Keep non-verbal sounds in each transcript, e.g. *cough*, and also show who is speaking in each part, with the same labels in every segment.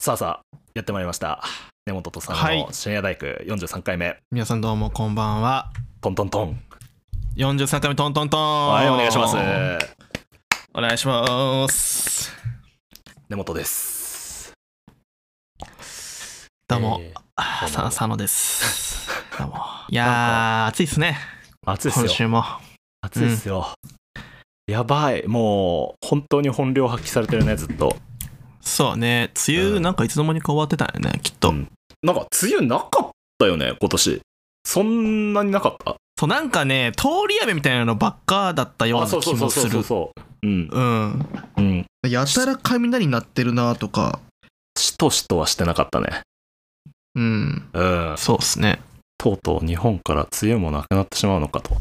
Speaker 1: さあさあやってまいりました根本とさんの深夜大工43回目、
Speaker 2: 皆さんどうもこんばんは。
Speaker 1: トントントン
Speaker 2: 43回目トントントン。
Speaker 1: はいお願いします
Speaker 2: お願いします。
Speaker 1: 根本です
Speaker 2: どうも、
Speaker 1: えー
Speaker 2: あ
Speaker 1: どうも
Speaker 2: さ佐野です。どうも。いやー、暑いですね。
Speaker 1: 暑いっす
Speaker 2: 今
Speaker 1: よ
Speaker 2: 週も。
Speaker 1: 暑いっすよ、やばいもう本当に本領発揮されてるねずっと
Speaker 2: そうね、梅
Speaker 1: う
Speaker 2: 雨
Speaker 1: ん
Speaker 2: なんかいつの間にか終わってたよね、きっと。
Speaker 1: うんなんか梅雨なかったよね今年そんなになかった
Speaker 2: そう、なんかね、通り雨みたいなのばっかだったような気
Speaker 1: そうそうそ
Speaker 2: も
Speaker 1: う
Speaker 2: す
Speaker 1: そう
Speaker 2: る。
Speaker 1: そううん
Speaker 2: うん。
Speaker 1: うん
Speaker 3: やたら雷鳴ってるなとか、
Speaker 1: しとしとはしてなかったね
Speaker 3: うん。
Speaker 1: うん
Speaker 2: そうっすね。
Speaker 1: とうとう日本から梅雨もなくなってしまうのかと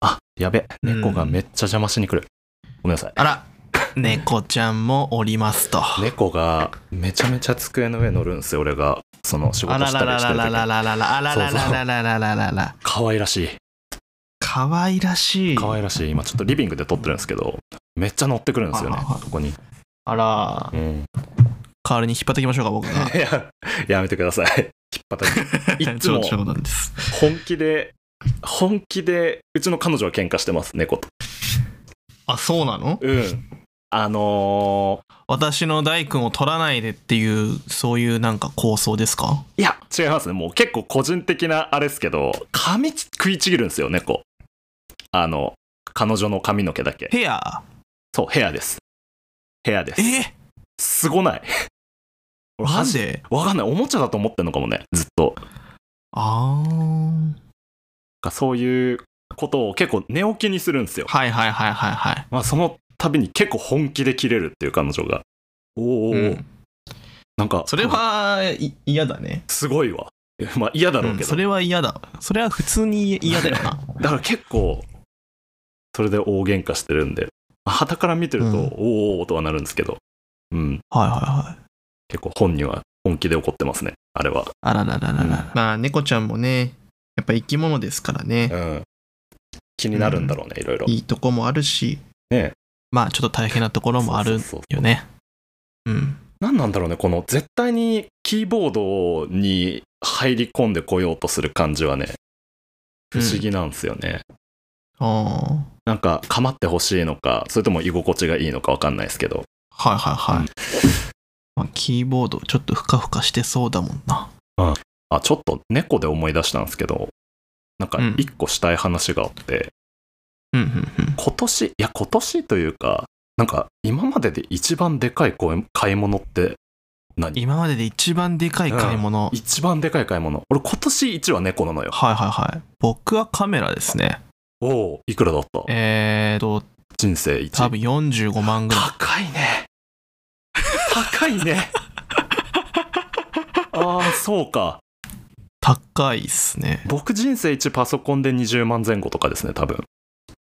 Speaker 1: あやべ
Speaker 2: うん
Speaker 1: 猫がめっちゃ邪魔しに来る、ごめんなさい
Speaker 2: あら、猫ちゃんもおりますと。
Speaker 1: 猫がめちゃめちゃ机の上乗るんですよ俺がその仕
Speaker 2: あ
Speaker 1: 事
Speaker 2: ら
Speaker 1: し
Speaker 2: ら
Speaker 1: た
Speaker 2: ら
Speaker 1: りして
Speaker 2: ら
Speaker 1: る
Speaker 2: ら
Speaker 1: 時
Speaker 2: ら
Speaker 1: に
Speaker 2: らららあららららららららら。
Speaker 1: 可愛らしい
Speaker 2: かわいらしい。
Speaker 1: 可愛らしい今ちょっとリビングで撮ってるんですけどめっちゃ乗ってくるんですよね
Speaker 2: はいはいはい
Speaker 1: ここに、
Speaker 2: あら、
Speaker 1: うん、
Speaker 2: 代わりに引っ張っていきましょうか、僕が。
Speaker 1: いややめてください引っ張った
Speaker 2: *laughs*
Speaker 1: り *laughs* いっつも
Speaker 2: 冗冗談です。
Speaker 1: 本気で本気でうちの彼女は喧嘩してます猫と
Speaker 3: あ、そうなの
Speaker 1: うんあのー、
Speaker 2: 私の大君を取らないでっていう、そういうなんか構想ですか
Speaker 1: いや、違いますね。もう結構個人的なあれですけど、髪食いちぎるんですよ、猫。あの、彼女の髪の毛だけ。
Speaker 2: ヘア
Speaker 1: そう、ヘアです。ヘアです。
Speaker 2: え
Speaker 1: すごない。 *laughs* 俺
Speaker 2: な
Speaker 1: 初
Speaker 2: んで
Speaker 1: わかんない。おもちゃだと思ってんのかもね、ずっと。
Speaker 2: あー。
Speaker 1: かそういうことを結構寝起きにするんですよ。
Speaker 2: はいはいはいはいはい。
Speaker 1: まあ、その度に結構本気で切れるっていう彼女が。おーおーおー、
Speaker 2: うん
Speaker 1: なんか、
Speaker 2: それは嫌、い嫌だね。
Speaker 1: すごいわ。まあ、嫌だろうけ
Speaker 2: うん
Speaker 1: ど。
Speaker 2: それは嫌だ。それは普通に嫌だよ
Speaker 1: *laughs*
Speaker 2: な。
Speaker 1: だから結構それで大喧嘩してるんではたから見てると、
Speaker 2: うん
Speaker 1: おーおーとはなるんですけど、うん、
Speaker 2: はいはいはい。
Speaker 1: 結構本人は本気で怒ってますねあれは、
Speaker 2: あらららららら。
Speaker 3: まあ、猫ちゃんもね、やっぱ生き物ですからね。
Speaker 1: ん、気になるんだろうね、いろいろ
Speaker 3: いいとこもあるし、
Speaker 2: まあちょっと大変なところもある
Speaker 1: そうそうそう
Speaker 2: よね。うん。
Speaker 1: 何なんだろうねこの絶対にキーボードに入り込んでこようとする感じはね不思議なんですよね、
Speaker 3: あ
Speaker 1: なんか構ってほしいのかそれとも居心地がいいのか分かんないですけど
Speaker 2: はいはいはい。まあ、キーボードちょっとふかふかしてそうだもんな。
Speaker 1: あちょっと猫で思い出したんですけどなんか
Speaker 2: うん
Speaker 1: 一個したい話があって、
Speaker 2: うんうんうん。
Speaker 1: 今年いや今年というかなんか今までで一番でかいこう買い物って何
Speaker 2: 今までで一番でかい買い物。
Speaker 1: 一番でかい買い物俺今年一は猫なのよ
Speaker 2: はいはいはい。僕はカメラですね。
Speaker 1: おおいくらだった
Speaker 2: えーと、
Speaker 1: 人生一
Speaker 2: 多分45万ぐらい。
Speaker 1: 高いね *laughs* 高い
Speaker 2: *laughs*
Speaker 1: ねああそうか
Speaker 2: 高いっすね。
Speaker 1: 僕人生一パソコンで20万前後とかですね多分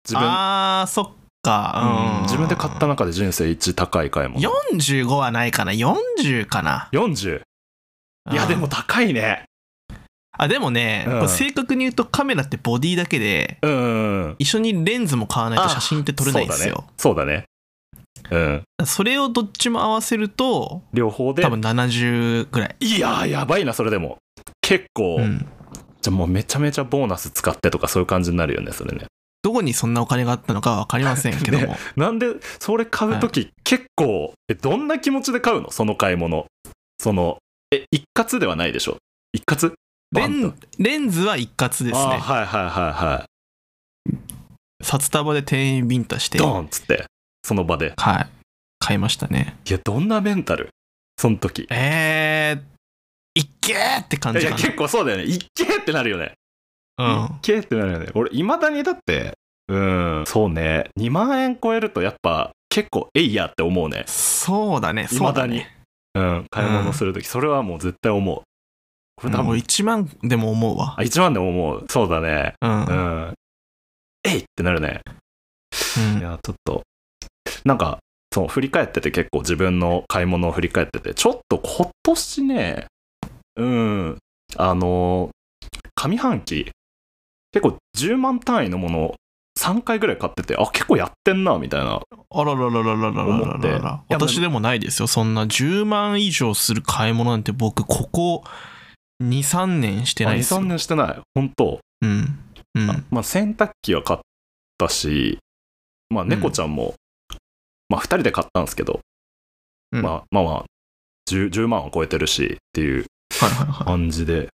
Speaker 1: 自分、
Speaker 2: あー、そっ
Speaker 1: う
Speaker 2: か。うん
Speaker 1: ん、自分で買った中で人生一高い買い物
Speaker 2: 45はないかな。40かな。
Speaker 1: 40いや
Speaker 2: うん
Speaker 1: でも。高いね
Speaker 2: あ、でもね、
Speaker 1: うん
Speaker 2: これ正確に言うとカメラってボディだけで、
Speaker 1: うんうんうん
Speaker 2: 一緒にレンズも買わないと写真って撮れないんですよ。
Speaker 1: そうだねそうだねうん
Speaker 2: それをどっちも合わせると、
Speaker 1: 両方で
Speaker 2: 多分70ぐらい。
Speaker 1: いやーやばいなそれでも結構、
Speaker 2: うん。
Speaker 1: じゃあもうめちゃめちゃボーナス使ってとかそういう感じになるよねそれね
Speaker 2: どこにそんなお金があったのかわかりませんけども。
Speaker 1: なんでそれ買う時、結構えどんな気持ちで買うのその買い物そのえ一括ではないでしょ一括
Speaker 2: *laughs* レ
Speaker 1: バン
Speaker 2: ンレンズは一括です
Speaker 1: あー
Speaker 2: ね。
Speaker 1: はいはいはいは
Speaker 2: 札束で店員ビンタし
Speaker 1: い
Speaker 2: て、
Speaker 1: ド
Speaker 2: は
Speaker 1: ーンっつってその場で
Speaker 2: い、買いましたね。
Speaker 1: いやどんなメンタルその時
Speaker 2: えー、いっけーって感
Speaker 1: い
Speaker 2: じ
Speaker 1: や
Speaker 2: か
Speaker 1: 結構そうだよねいっけーってなるよね
Speaker 2: な。うん。
Speaker 1: けってなるよね俺いまだにだってうんそうね2万円超えるとやっぱ結構えいやって思うね
Speaker 2: そうだね、そうだね。
Speaker 1: うん買い物するとき、それはもう絶対思うこれ多分、
Speaker 2: もう1万でも思うわ
Speaker 1: あ。1万でも思うそうだね
Speaker 2: うん。
Speaker 1: う
Speaker 2: うん
Speaker 1: ん、えいってなるねいやちょっとなんかそう振り返ってて結構自分の買い物を振り返っててちょっと今年ねうんあの上半期結構10万単位のもの3回ぐらい買ってて、あ、結構やってんな、みたいな。
Speaker 2: あららららららら
Speaker 1: 思
Speaker 2: ら
Speaker 1: っ
Speaker 2: ら
Speaker 1: て
Speaker 2: らら。私でもないですよ。そんな10万以上する買い物なんて僕、ここ2、3年して
Speaker 1: あ
Speaker 2: ない
Speaker 1: 2、
Speaker 2: ですよ。
Speaker 1: 3年してない。本当
Speaker 2: うん。うん。
Speaker 1: まあ、洗濯機は買ったし、まあ、猫ちゃんも、まあ、2人で買ったんですけど、
Speaker 3: うん
Speaker 1: まあ、まあまあ 10, 10万は超えてるしっていう
Speaker 3: はいはいはい。
Speaker 1: 感じで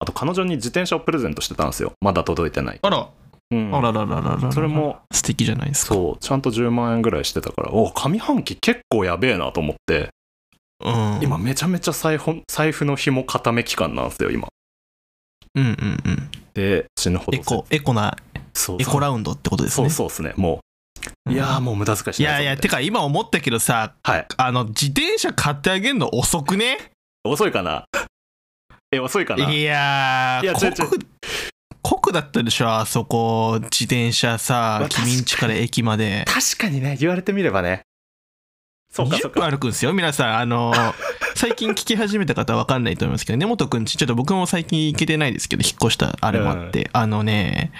Speaker 1: あと彼女に自転車をプレゼントしてたんですよまだ届いてない、
Speaker 3: あら、
Speaker 1: うん
Speaker 2: あらららららら。
Speaker 1: それも
Speaker 2: 素敵じゃないですか。
Speaker 1: そうちゃんと10万円ぐらいしてたからお上半期結構やべえなと思って
Speaker 2: うん。
Speaker 1: 今。めちゃめちゃ財布財布の紐固め期間なんですよ今
Speaker 2: うんうんうん。
Speaker 1: で死ぬほど
Speaker 2: エコ、エコな、
Speaker 1: そう
Speaker 2: エコラウンドってことです
Speaker 1: そう
Speaker 2: ね。
Speaker 1: そうですねもう、
Speaker 2: うん
Speaker 1: いやーもう無駄遣いし
Speaker 2: い
Speaker 1: ない
Speaker 2: やいや、てか今思ったけどさ、
Speaker 1: はい
Speaker 2: あの、自転車買ってあげるの遅くね
Speaker 1: 遅いかなえ遅いかない
Speaker 2: や
Speaker 1: い
Speaker 2: ー、
Speaker 1: や違う違う
Speaker 2: 酷、酷だったでしょ、あそこ、自転車
Speaker 1: ま
Speaker 2: さ
Speaker 1: あ、
Speaker 2: 君んちから駅まで。
Speaker 1: 確かにね言われてみればねそうかそう
Speaker 2: 20
Speaker 1: か
Speaker 2: 分歩くんですよ皆さんあの
Speaker 1: *laughs*
Speaker 2: 最近聞き始めた方は分かんないと思いますけど根本くんちちょっと僕も最近行けてないですけど引っ越したあれもあって、あのね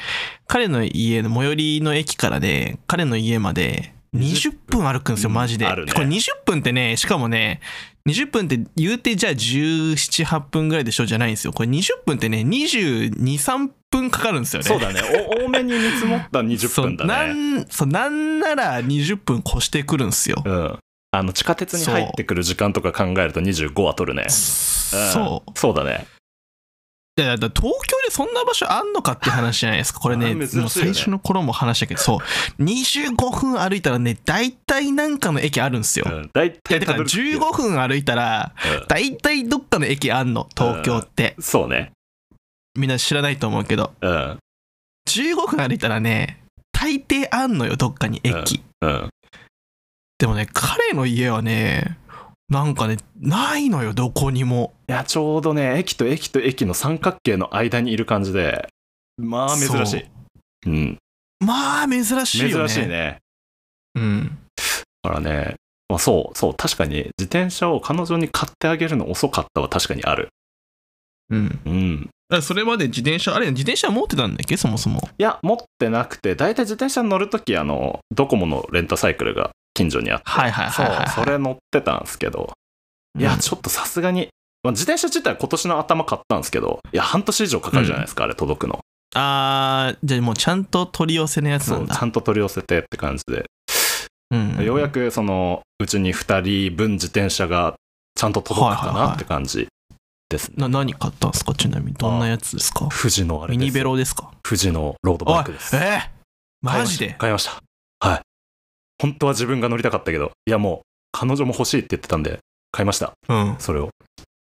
Speaker 2: 彼の家の最寄りの駅からね彼の家まで20分歩くんですよ
Speaker 1: うん
Speaker 2: マジで、
Speaker 1: あるね
Speaker 2: これ20分ってねしかもね20分って言うてじゃあ178分ぐらいでしょじゃないんですよこれ20分ってね223分かかるんですよね
Speaker 1: そうだね。お多めに見積もった20分だね。
Speaker 2: そうなんそうなんなら20分越してくるんですよ
Speaker 1: うん。あの、地下鉄に入ってくる時間とか考えると25は取るね。ん
Speaker 2: そう
Speaker 1: そうだね。
Speaker 2: いやだから東京でそんな場所あんのかって話じゃないですか。これ
Speaker 1: あ
Speaker 2: ね、
Speaker 1: ー珍しいよね
Speaker 2: もう最初の頃も話したけど、そう、25分歩いたらね、大体なんかの駅あるんですよ。
Speaker 1: うん。だい
Speaker 2: い
Speaker 1: た
Speaker 2: や、
Speaker 1: い
Speaker 2: だから15分歩いたら、大体どっかの駅あんの、東京って。
Speaker 1: そうね。
Speaker 2: みんな知らないと思うけど、
Speaker 1: うん。
Speaker 2: 15分歩いたらね、大抵あんのよ、どっかに駅。
Speaker 1: うん。
Speaker 2: でもね、彼の家はね、なんかね、ないのよ、どこにも。
Speaker 1: いや、ちょうどね、駅と駅と駅の三角形の間にいる感じで、まあ、珍し
Speaker 2: そ
Speaker 1: い。うん。
Speaker 2: まあ、珍しいよ
Speaker 1: 珍
Speaker 2: ね。
Speaker 1: しい。ね。
Speaker 2: うん。
Speaker 1: だからね、まあ、そう、そう、確かに、自転車を彼女に買ってあげるの遅かったは確かにある。
Speaker 2: うん。
Speaker 1: うん。
Speaker 2: だからそれまで自転車、あれ、自転車持ってたんだっけ、そもそも。
Speaker 1: いや、持ってなくて、大体自転車に乗るとき、あの、ドコモのレンタサイクルが近所にあって、
Speaker 2: はいはい
Speaker 1: そ
Speaker 2: は
Speaker 1: う
Speaker 2: い、はい。
Speaker 1: それ乗ってたんですけど、いや、ちょっとさすがに、まあ自転車自体今年の頭買ったんですけど、いや、半年以上かかるじゃないですか、あれ届くの。
Speaker 2: あーじゃあもうちゃんと取り寄せのやつ
Speaker 1: そ
Speaker 2: なん
Speaker 1: う、
Speaker 2: だ
Speaker 1: ちゃんと取り寄せてって感じで、
Speaker 2: うん
Speaker 1: ようやくその、うちに2人分自転車がちゃんと届くか
Speaker 2: はいはいは
Speaker 1: ないって感じですね。
Speaker 2: な何買ったんですかちなみにどんなやつですか
Speaker 1: 富士のあれ
Speaker 2: ミ
Speaker 1: で
Speaker 2: ニ
Speaker 1: す。
Speaker 2: ベロですか
Speaker 1: 富士のロード
Speaker 2: お
Speaker 1: バ
Speaker 2: い
Speaker 1: イクです。
Speaker 2: えーマジで
Speaker 1: 買いました。買いましたはい。本当は自分が乗りたかったけど、いやもう、彼女も欲しいって言ってたんで、買いました。
Speaker 2: うん
Speaker 1: それを。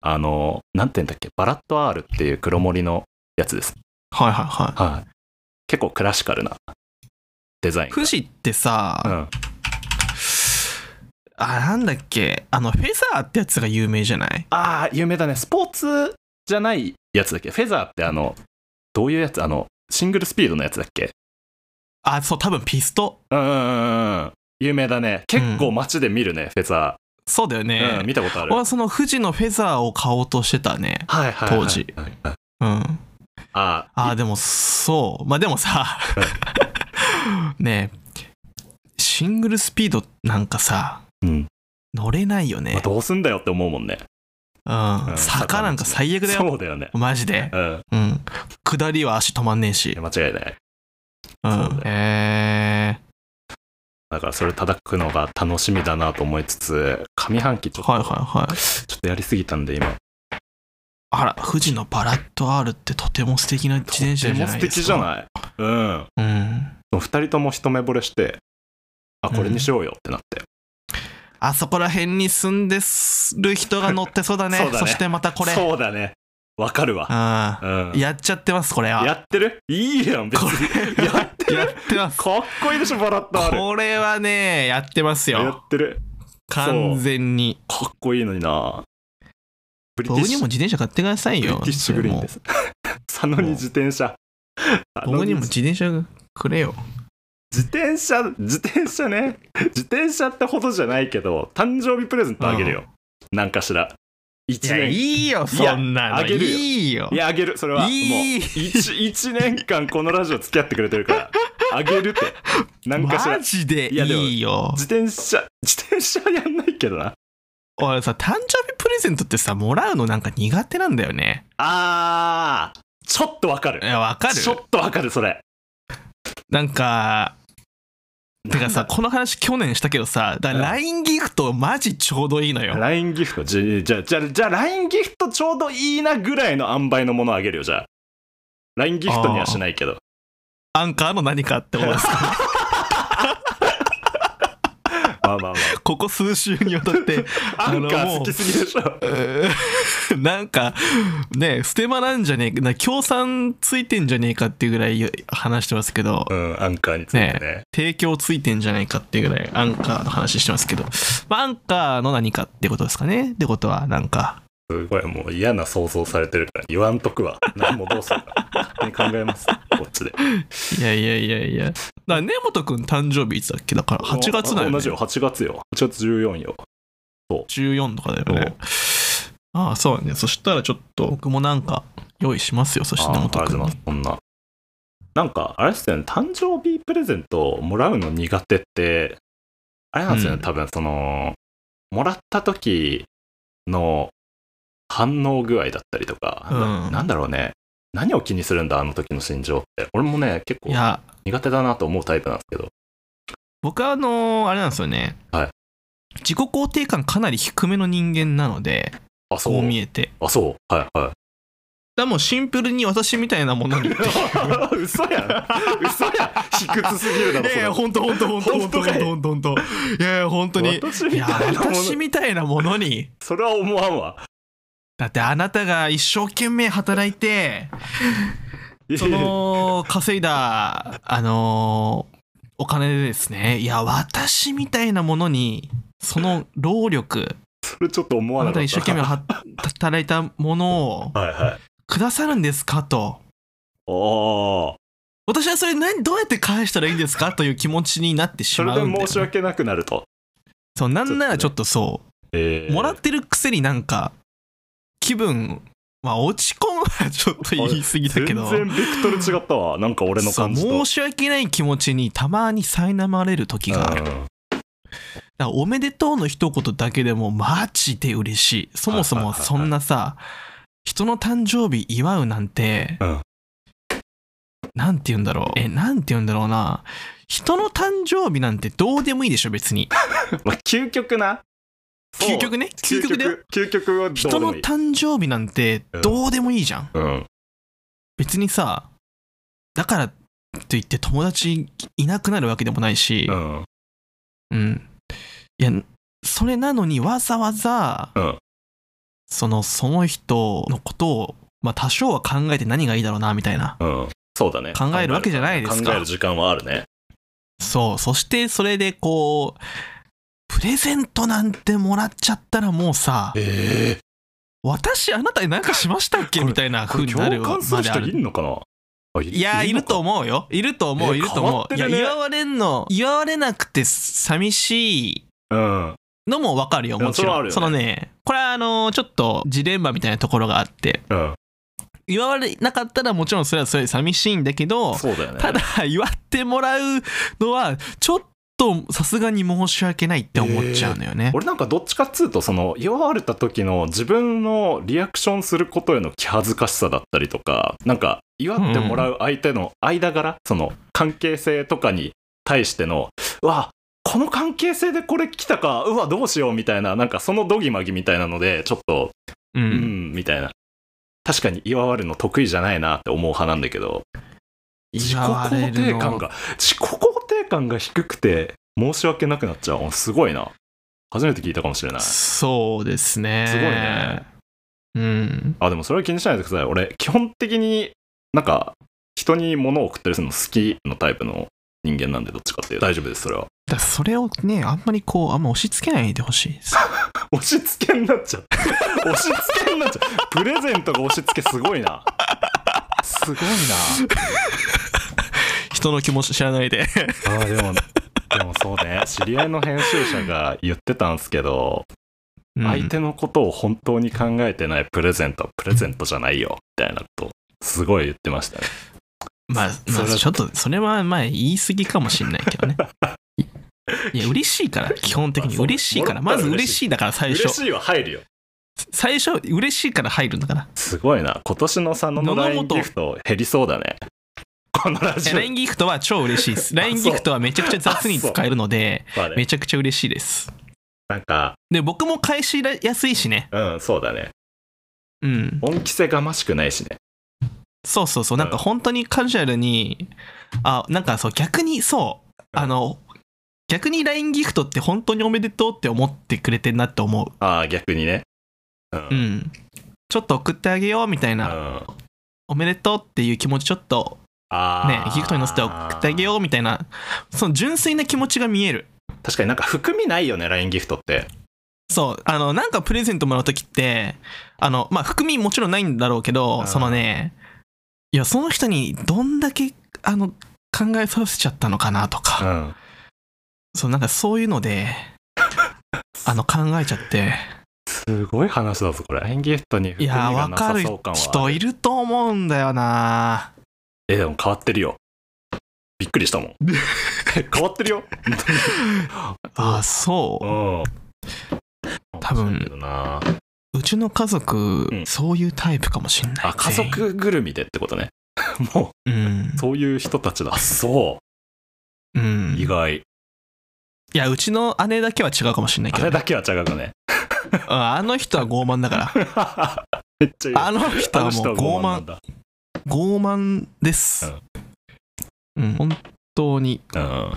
Speaker 1: あの、なんて言うんだっけ、バラット R っていう黒森のやつです。
Speaker 2: はいはいは
Speaker 1: はい。結構クラシカルなデザイン
Speaker 2: い
Speaker 1: が。
Speaker 2: 富士ってさ、
Speaker 1: うん。
Speaker 2: あなんだっけあのフェザーってやつが有名じゃない
Speaker 1: ああ、有名だね。スポーツじゃないやつだっけ。フェザーってあの、どういうやつあの、シングルスピードのやつだっけ。
Speaker 2: あそう多分ピスト
Speaker 1: うんうんうんうん。有名だね。結構街で見るね、フェザ
Speaker 2: そうだよ
Speaker 1: ー。
Speaker 2: ね
Speaker 1: うん、、見たことある。
Speaker 2: 俺はその富士のフェザーを買おうとしてたね
Speaker 1: はいはいはい、
Speaker 2: 当時
Speaker 1: はいはい
Speaker 2: うん
Speaker 1: あー
Speaker 2: あーでもそうまあでもさねえシングルスピードなんかさ
Speaker 1: うん。
Speaker 2: 乗れないよ
Speaker 1: まあ
Speaker 2: ね、
Speaker 1: どうすんだよって思うもんね。
Speaker 2: う、
Speaker 1: うんん
Speaker 2: 坂なんか最悪だよ
Speaker 1: そうだよね。
Speaker 2: マジで
Speaker 1: うん。
Speaker 2: うん下りは足止まんねえ
Speaker 1: い
Speaker 2: し
Speaker 1: や、間違いない。
Speaker 2: う
Speaker 1: そ
Speaker 2: ん
Speaker 1: う
Speaker 2: え
Speaker 1: だからそれ叩くのが楽しみだなと思いつつ、上半期ちょ
Speaker 2: ー、
Speaker 1: っと,、
Speaker 2: はいはいはい
Speaker 1: ちょっとやりすぎたんで今。
Speaker 2: あら富士のバラット R ってとても素敵な自転車じゃな
Speaker 1: と
Speaker 2: い
Speaker 1: ても素
Speaker 2: で
Speaker 1: 敵
Speaker 2: す
Speaker 1: じゃ
Speaker 2: か
Speaker 1: ないうん。
Speaker 2: うん
Speaker 1: 二人とも一目惚れして、あ、これにしようよってなって。
Speaker 2: あそこら辺に住んでする人が乗ってそうだね
Speaker 1: そう
Speaker 2: そ
Speaker 1: だね
Speaker 2: してまたこれ
Speaker 1: そうだね。わかるわ。
Speaker 2: あ
Speaker 1: うん。
Speaker 2: やっちゃってますこれは
Speaker 1: やってるいいやん、別
Speaker 2: こ
Speaker 1: に。
Speaker 2: れ
Speaker 1: やってる
Speaker 2: *laughs* やってます
Speaker 1: かっこいいでしょ、バラッとある。
Speaker 2: これはねやってます
Speaker 1: や
Speaker 2: よ
Speaker 1: ってる。
Speaker 2: 完全に
Speaker 1: かっこいいのになブリティ
Speaker 2: 僕
Speaker 1: ッシ
Speaker 2: に
Speaker 1: ュ
Speaker 2: も自転車買ってください
Speaker 1: ブリ
Speaker 2: よ
Speaker 1: ティッシュグリーンです。佐野に自転車。佐野
Speaker 2: 僕にも自転車くれよ
Speaker 1: 自転車、自転車ね。自転車ってほどじゃないけど、誕生日プレゼントあげるよ。なんかしら。
Speaker 2: い
Speaker 1: 一
Speaker 2: やい
Speaker 1: 年。
Speaker 2: いよそんなの
Speaker 1: あげるよ
Speaker 2: いいよ
Speaker 1: いや、あげる。それは、もう、
Speaker 2: いい
Speaker 1: 1年間このラジオ付き合ってくれてるから。あげるって。なんかしら
Speaker 2: マ。ジでい
Speaker 1: いやでも
Speaker 2: いよ。
Speaker 1: 自転車、自転車やんないけどな。
Speaker 2: 俺さ、誕生日プレゼントってさ、もらうのなんか苦手なんだよね。
Speaker 1: あー、ちょっとわかる
Speaker 2: い。や、わかる
Speaker 1: ちょっとわかる、それ。
Speaker 2: なんか、てか
Speaker 1: な
Speaker 2: さ、
Speaker 1: ん
Speaker 2: この話去年したけどさ、だから
Speaker 1: うん
Speaker 2: LINE ギフトマジちょうどいいのよ。
Speaker 1: LINE ギフト、じゃじゃじゃじゃあ LINE ギフトちょうどいいなぐらいの塩梅のものあげるよ、じゃあ。LINE ギフトにはしないけど。
Speaker 2: アンカーの何かってことですか
Speaker 1: まあまあま
Speaker 2: ここ数週にわたって、
Speaker 1: *laughs* あ。アンカ
Speaker 2: あの
Speaker 1: ー
Speaker 2: もう
Speaker 1: 好きすぎでしょ。
Speaker 2: えー *laughs* なんか、ね、ステマなんじゃねえか、な協賛ついてんじゃねえかっていうぐらい話してますけど、
Speaker 1: うん、アンカーについてね。
Speaker 2: 提供ついてんじゃないかっていうぐらいアンカーの話してますけど、まあ、アンカーの何かってことですかねってことはなんか
Speaker 1: すごい、もう嫌な想像されてるから、言わんとくわ。何もどうするか。勝手に考えます、こっちで。
Speaker 2: いやいやいやいやだから根本くん誕生日いつだっけだから8月だよ、ね、
Speaker 1: 同じよ、8月よ。8月14よ。
Speaker 2: 14とかだよねああそうだねそしたらちょっと僕もなんか用意しますよそして根
Speaker 1: あーあ
Speaker 2: 本
Speaker 1: りがと
Speaker 2: く
Speaker 1: うんございますそんな。なんか、あれっすよね、誕生日プレゼントをもらうの苦手って、あれなんですよね、
Speaker 2: うん
Speaker 1: 多分その、もらった時の反応具合だったりとか、
Speaker 2: う
Speaker 1: なんなんだろうね、何を気にするんだ、あの時の心情って。俺もね、結構
Speaker 2: いや
Speaker 1: 苦手だなと思うタイプなんですけど。
Speaker 2: 僕はあのーあれなんですよね、
Speaker 1: はい
Speaker 2: 自己肯定感かなり低めの人間なので
Speaker 1: あ、そ
Speaker 2: こう
Speaker 1: う。
Speaker 2: 見えて
Speaker 1: あ、そう。はいはい。
Speaker 2: だからもうシンプルに私みたいなも
Speaker 1: *laughs*
Speaker 2: のに *laughs*
Speaker 1: 嘘やん。嘘やん。卑屈すぎるだろ、
Speaker 2: いやいや、
Speaker 1: それ
Speaker 2: ほんとほんとほんとほんと
Speaker 1: 本当かい
Speaker 2: ほんとほんと。いやいや、ほんとに。
Speaker 1: 私み
Speaker 2: い
Speaker 1: た
Speaker 2: や、
Speaker 1: いなもの
Speaker 2: 私みたいなものに。
Speaker 1: それは思わんわ。
Speaker 2: だってあなたが一生懸命働いて、その、稼いだ、あのーお金でですね、いや、私みたいなものに、その労力、
Speaker 1: それちょっと思
Speaker 2: あ
Speaker 1: わな
Speaker 2: な
Speaker 1: かった。
Speaker 2: たが一生懸命は働いたものを
Speaker 1: はいはい。
Speaker 2: くださるんですかと。
Speaker 1: おー
Speaker 2: 私はそれ何、どうやって返したらいいんですかと *laughs* いう気持ちになってし
Speaker 1: そ
Speaker 2: ま
Speaker 1: れ
Speaker 2: うんだよね、
Speaker 1: で申し訳なくなると。
Speaker 2: そう、なんならちょっとそう、
Speaker 1: え
Speaker 2: もらってるくせになんか気分まあ落ち込むはちょっと言い過ぎだけど
Speaker 1: 全然ベクトル違ったわ。なんか俺の
Speaker 2: そう
Speaker 1: 感じと。
Speaker 2: 申し訳ない気持ちにたまに苛まれる時があるだからおめでとうの一言だけでもマジで嬉しいそもそもそんなさ人の誕生日祝うなんて、
Speaker 1: うん
Speaker 2: なんて言うんだろうえなんて言うんだろうな人の誕生日なんてどうでもいいでしょ別に
Speaker 1: うんまあ、究極な。そう
Speaker 2: 究極ね究
Speaker 1: 究
Speaker 2: 極
Speaker 1: 極
Speaker 2: だよ
Speaker 1: 究極はどうで
Speaker 2: 人の
Speaker 1: もいい。
Speaker 2: 誕生日なんてどうでもいいじゃん
Speaker 1: うん。
Speaker 2: 別にさだからといって友達いなくなるわけでもないし
Speaker 1: う、ん。
Speaker 2: うんいやそれなのにわざわざ、
Speaker 1: うん
Speaker 2: そのその人のことを、まあ、多少は考えて何がいいだろうなみたいな
Speaker 1: うん。そうだね。
Speaker 2: 考えるわけじゃないですか
Speaker 1: 考える時間はあるね。
Speaker 2: そうそしてそれでこうプレゼントなんてもらっちゃったらもうさ
Speaker 1: ええ
Speaker 2: 私あなたに何かしましたっけ
Speaker 1: これ
Speaker 2: みたいな
Speaker 1: こ
Speaker 2: 風
Speaker 1: れ
Speaker 2: になる
Speaker 1: 共感する
Speaker 2: まであ
Speaker 1: 人い
Speaker 2: る
Speaker 1: んのかなあ
Speaker 2: いやーいると
Speaker 1: 思
Speaker 2: 思うよいると思う
Speaker 1: え
Speaker 2: いると
Speaker 1: 変わ
Speaker 2: 思
Speaker 1: っ
Speaker 2: う、
Speaker 1: て
Speaker 2: いや
Speaker 1: るね。
Speaker 2: 祝われんの祝われなくて寂しいう
Speaker 1: うん。
Speaker 2: のもわかるよ
Speaker 1: いや
Speaker 2: もち
Speaker 1: それは
Speaker 2: ろ
Speaker 1: あ
Speaker 2: ん
Speaker 1: るよね
Speaker 2: そのねこれはあのちょっとジレンマみたいなところがあって
Speaker 1: うん。
Speaker 2: 祝われなかったらもちろんそれはそれで寂しいんだけど
Speaker 1: そうだよね。
Speaker 2: ただ祝ってもらうのはちょっとさすがに申し訳ないって思っちゃうのよね、
Speaker 1: 俺なんかどっちかっつうとその祝われた時の自分のリアクションすることへの気恥ずかしさだったりとかなんか祝ってもらう相手の間柄、その関係性とかに対してのうわこの関係性でこれ来たかうわどうしようみたいななんかそのどぎまぎみたいなのでちょっと
Speaker 2: う
Speaker 1: うん、
Speaker 2: ん、
Speaker 1: みたいな確かに祝われるの得意じゃないなって思う派なんだけど自己
Speaker 2: 祝われ
Speaker 1: 肯定
Speaker 2: る
Speaker 1: 感
Speaker 2: の
Speaker 1: が自己肯定感が低くて申し訳なくなっちゃうすごいな初めて聞いたかもしれない
Speaker 2: そうですね
Speaker 1: すごいね
Speaker 2: うん
Speaker 1: あでもそれは気にしないでください俺基本的になんか人に物を送ったりするの好きのタイプの人間なんでどっちかっていうと大丈夫ですそれは
Speaker 2: だからそれをねあんまりこうあんま押し付けないでほしい
Speaker 1: *laughs*
Speaker 2: です
Speaker 1: 押し付けになっ *laughs* ちゃう押し付けになっちゃうプレゼントが押し付けすごいなすごい
Speaker 2: 人の気持ち知らない
Speaker 1: な
Speaker 2: で
Speaker 1: あーでもでもそうね知り合いの編集者が言ってたんですけど
Speaker 2: *laughs* うん
Speaker 1: 相手のことを本当に考えてないプレゼントはプレゼントじゃないよみたいなことをすごい言ってましたね
Speaker 2: まあ、ま
Speaker 1: そ
Speaker 2: あ、
Speaker 1: れは
Speaker 2: ちょっと、それはまあ言い過ぎかもしんないけ
Speaker 1: *laughs*
Speaker 2: どね。いいや、嬉しいから、基本的
Speaker 1: まあ
Speaker 2: に。
Speaker 1: そう
Speaker 2: 嬉しいから。
Speaker 1: もらっ
Speaker 2: ま
Speaker 1: たら
Speaker 2: ず嬉
Speaker 1: 嬉し
Speaker 2: しいだから、最
Speaker 1: 嬉
Speaker 2: 初。
Speaker 1: しいは入るよ。
Speaker 2: 最初、嬉しいから入るんだから。
Speaker 1: すごいな。今年の佐野の
Speaker 2: 野々
Speaker 1: LINE
Speaker 2: 本
Speaker 1: ギフト減りそうだね。このラ
Speaker 2: いや
Speaker 1: ジオ
Speaker 2: LINE ギフトは超嬉しいです。
Speaker 1: あ
Speaker 2: LINE ギフトはめちゃくちゃ雑に使えるので、
Speaker 1: まで、
Speaker 2: めちゃくちゃ嬉しいです。
Speaker 1: なんか、
Speaker 2: で、僕も返しやすいしね。
Speaker 1: うん、そうだね。
Speaker 2: うん。
Speaker 1: 恩着せがましくないしね。
Speaker 2: そうそうそう。なんか本当にカジュアルに、あ、なんかそう、逆にそう。あの、逆に LINE ギフトって本当におめでとうって思ってくれてるなって思う。
Speaker 1: ああ、逆にね。うん。う
Speaker 2: うんん。ちょっと送ってあげようみたいな、
Speaker 1: あ
Speaker 2: おめでとうっていう気持ちちょっと
Speaker 1: あ
Speaker 2: ね、ギフトに乗せて送ってあげようみたいな、その純粋な気持ちが見える。
Speaker 1: 確かになんか含みないよね、LINE ギフトって。
Speaker 2: そう、あの、なんかプレゼントもらうときって、あの、まあ、含みもちろんないんだろうけ
Speaker 1: う
Speaker 2: ど、
Speaker 1: ん
Speaker 2: そのね、いや、その人にどんだけ、あの、考えさせちゃったのかなと
Speaker 1: う
Speaker 2: か、
Speaker 1: ん。
Speaker 2: そう、なんかそういうので、
Speaker 1: *laughs*
Speaker 2: あの、考えちゃって、
Speaker 1: すごい話だぞ、これ。LINE ギフトに
Speaker 2: い
Speaker 1: 含み
Speaker 2: や、
Speaker 1: が
Speaker 2: わ
Speaker 1: な
Speaker 2: か
Speaker 1: さ
Speaker 2: る
Speaker 1: そう感は。
Speaker 2: 人いると思うんだよな
Speaker 1: え、でも変わってるよ。びっくりしたも
Speaker 2: *laughs*
Speaker 1: ん。変わってるよ。本当に
Speaker 2: あ、そう。
Speaker 1: うん。
Speaker 2: 多分
Speaker 1: 面白いけどな
Speaker 2: うちの家族、
Speaker 1: うん
Speaker 2: そういうタイプかもしんない。
Speaker 1: あ、家族ぐるみでってことね。 *laughs* も
Speaker 2: 全員
Speaker 1: う、そういう人たちだ。あ、そ
Speaker 2: うん。う
Speaker 1: う。
Speaker 2: ん。
Speaker 1: 意外。
Speaker 2: いや、うちの姉だけは違うかもしれない
Speaker 1: あ
Speaker 2: けど
Speaker 1: れ
Speaker 2: ね、
Speaker 1: だけは違うか
Speaker 2: *laughs*
Speaker 1: ね。
Speaker 2: うんあの人は傲慢だ
Speaker 1: *laughs*
Speaker 2: から。
Speaker 1: めっちゃいい。
Speaker 2: あの人はもう傲慢、
Speaker 1: なん
Speaker 2: 傲慢
Speaker 1: だ。
Speaker 2: です。うん、本当に。
Speaker 1: うん。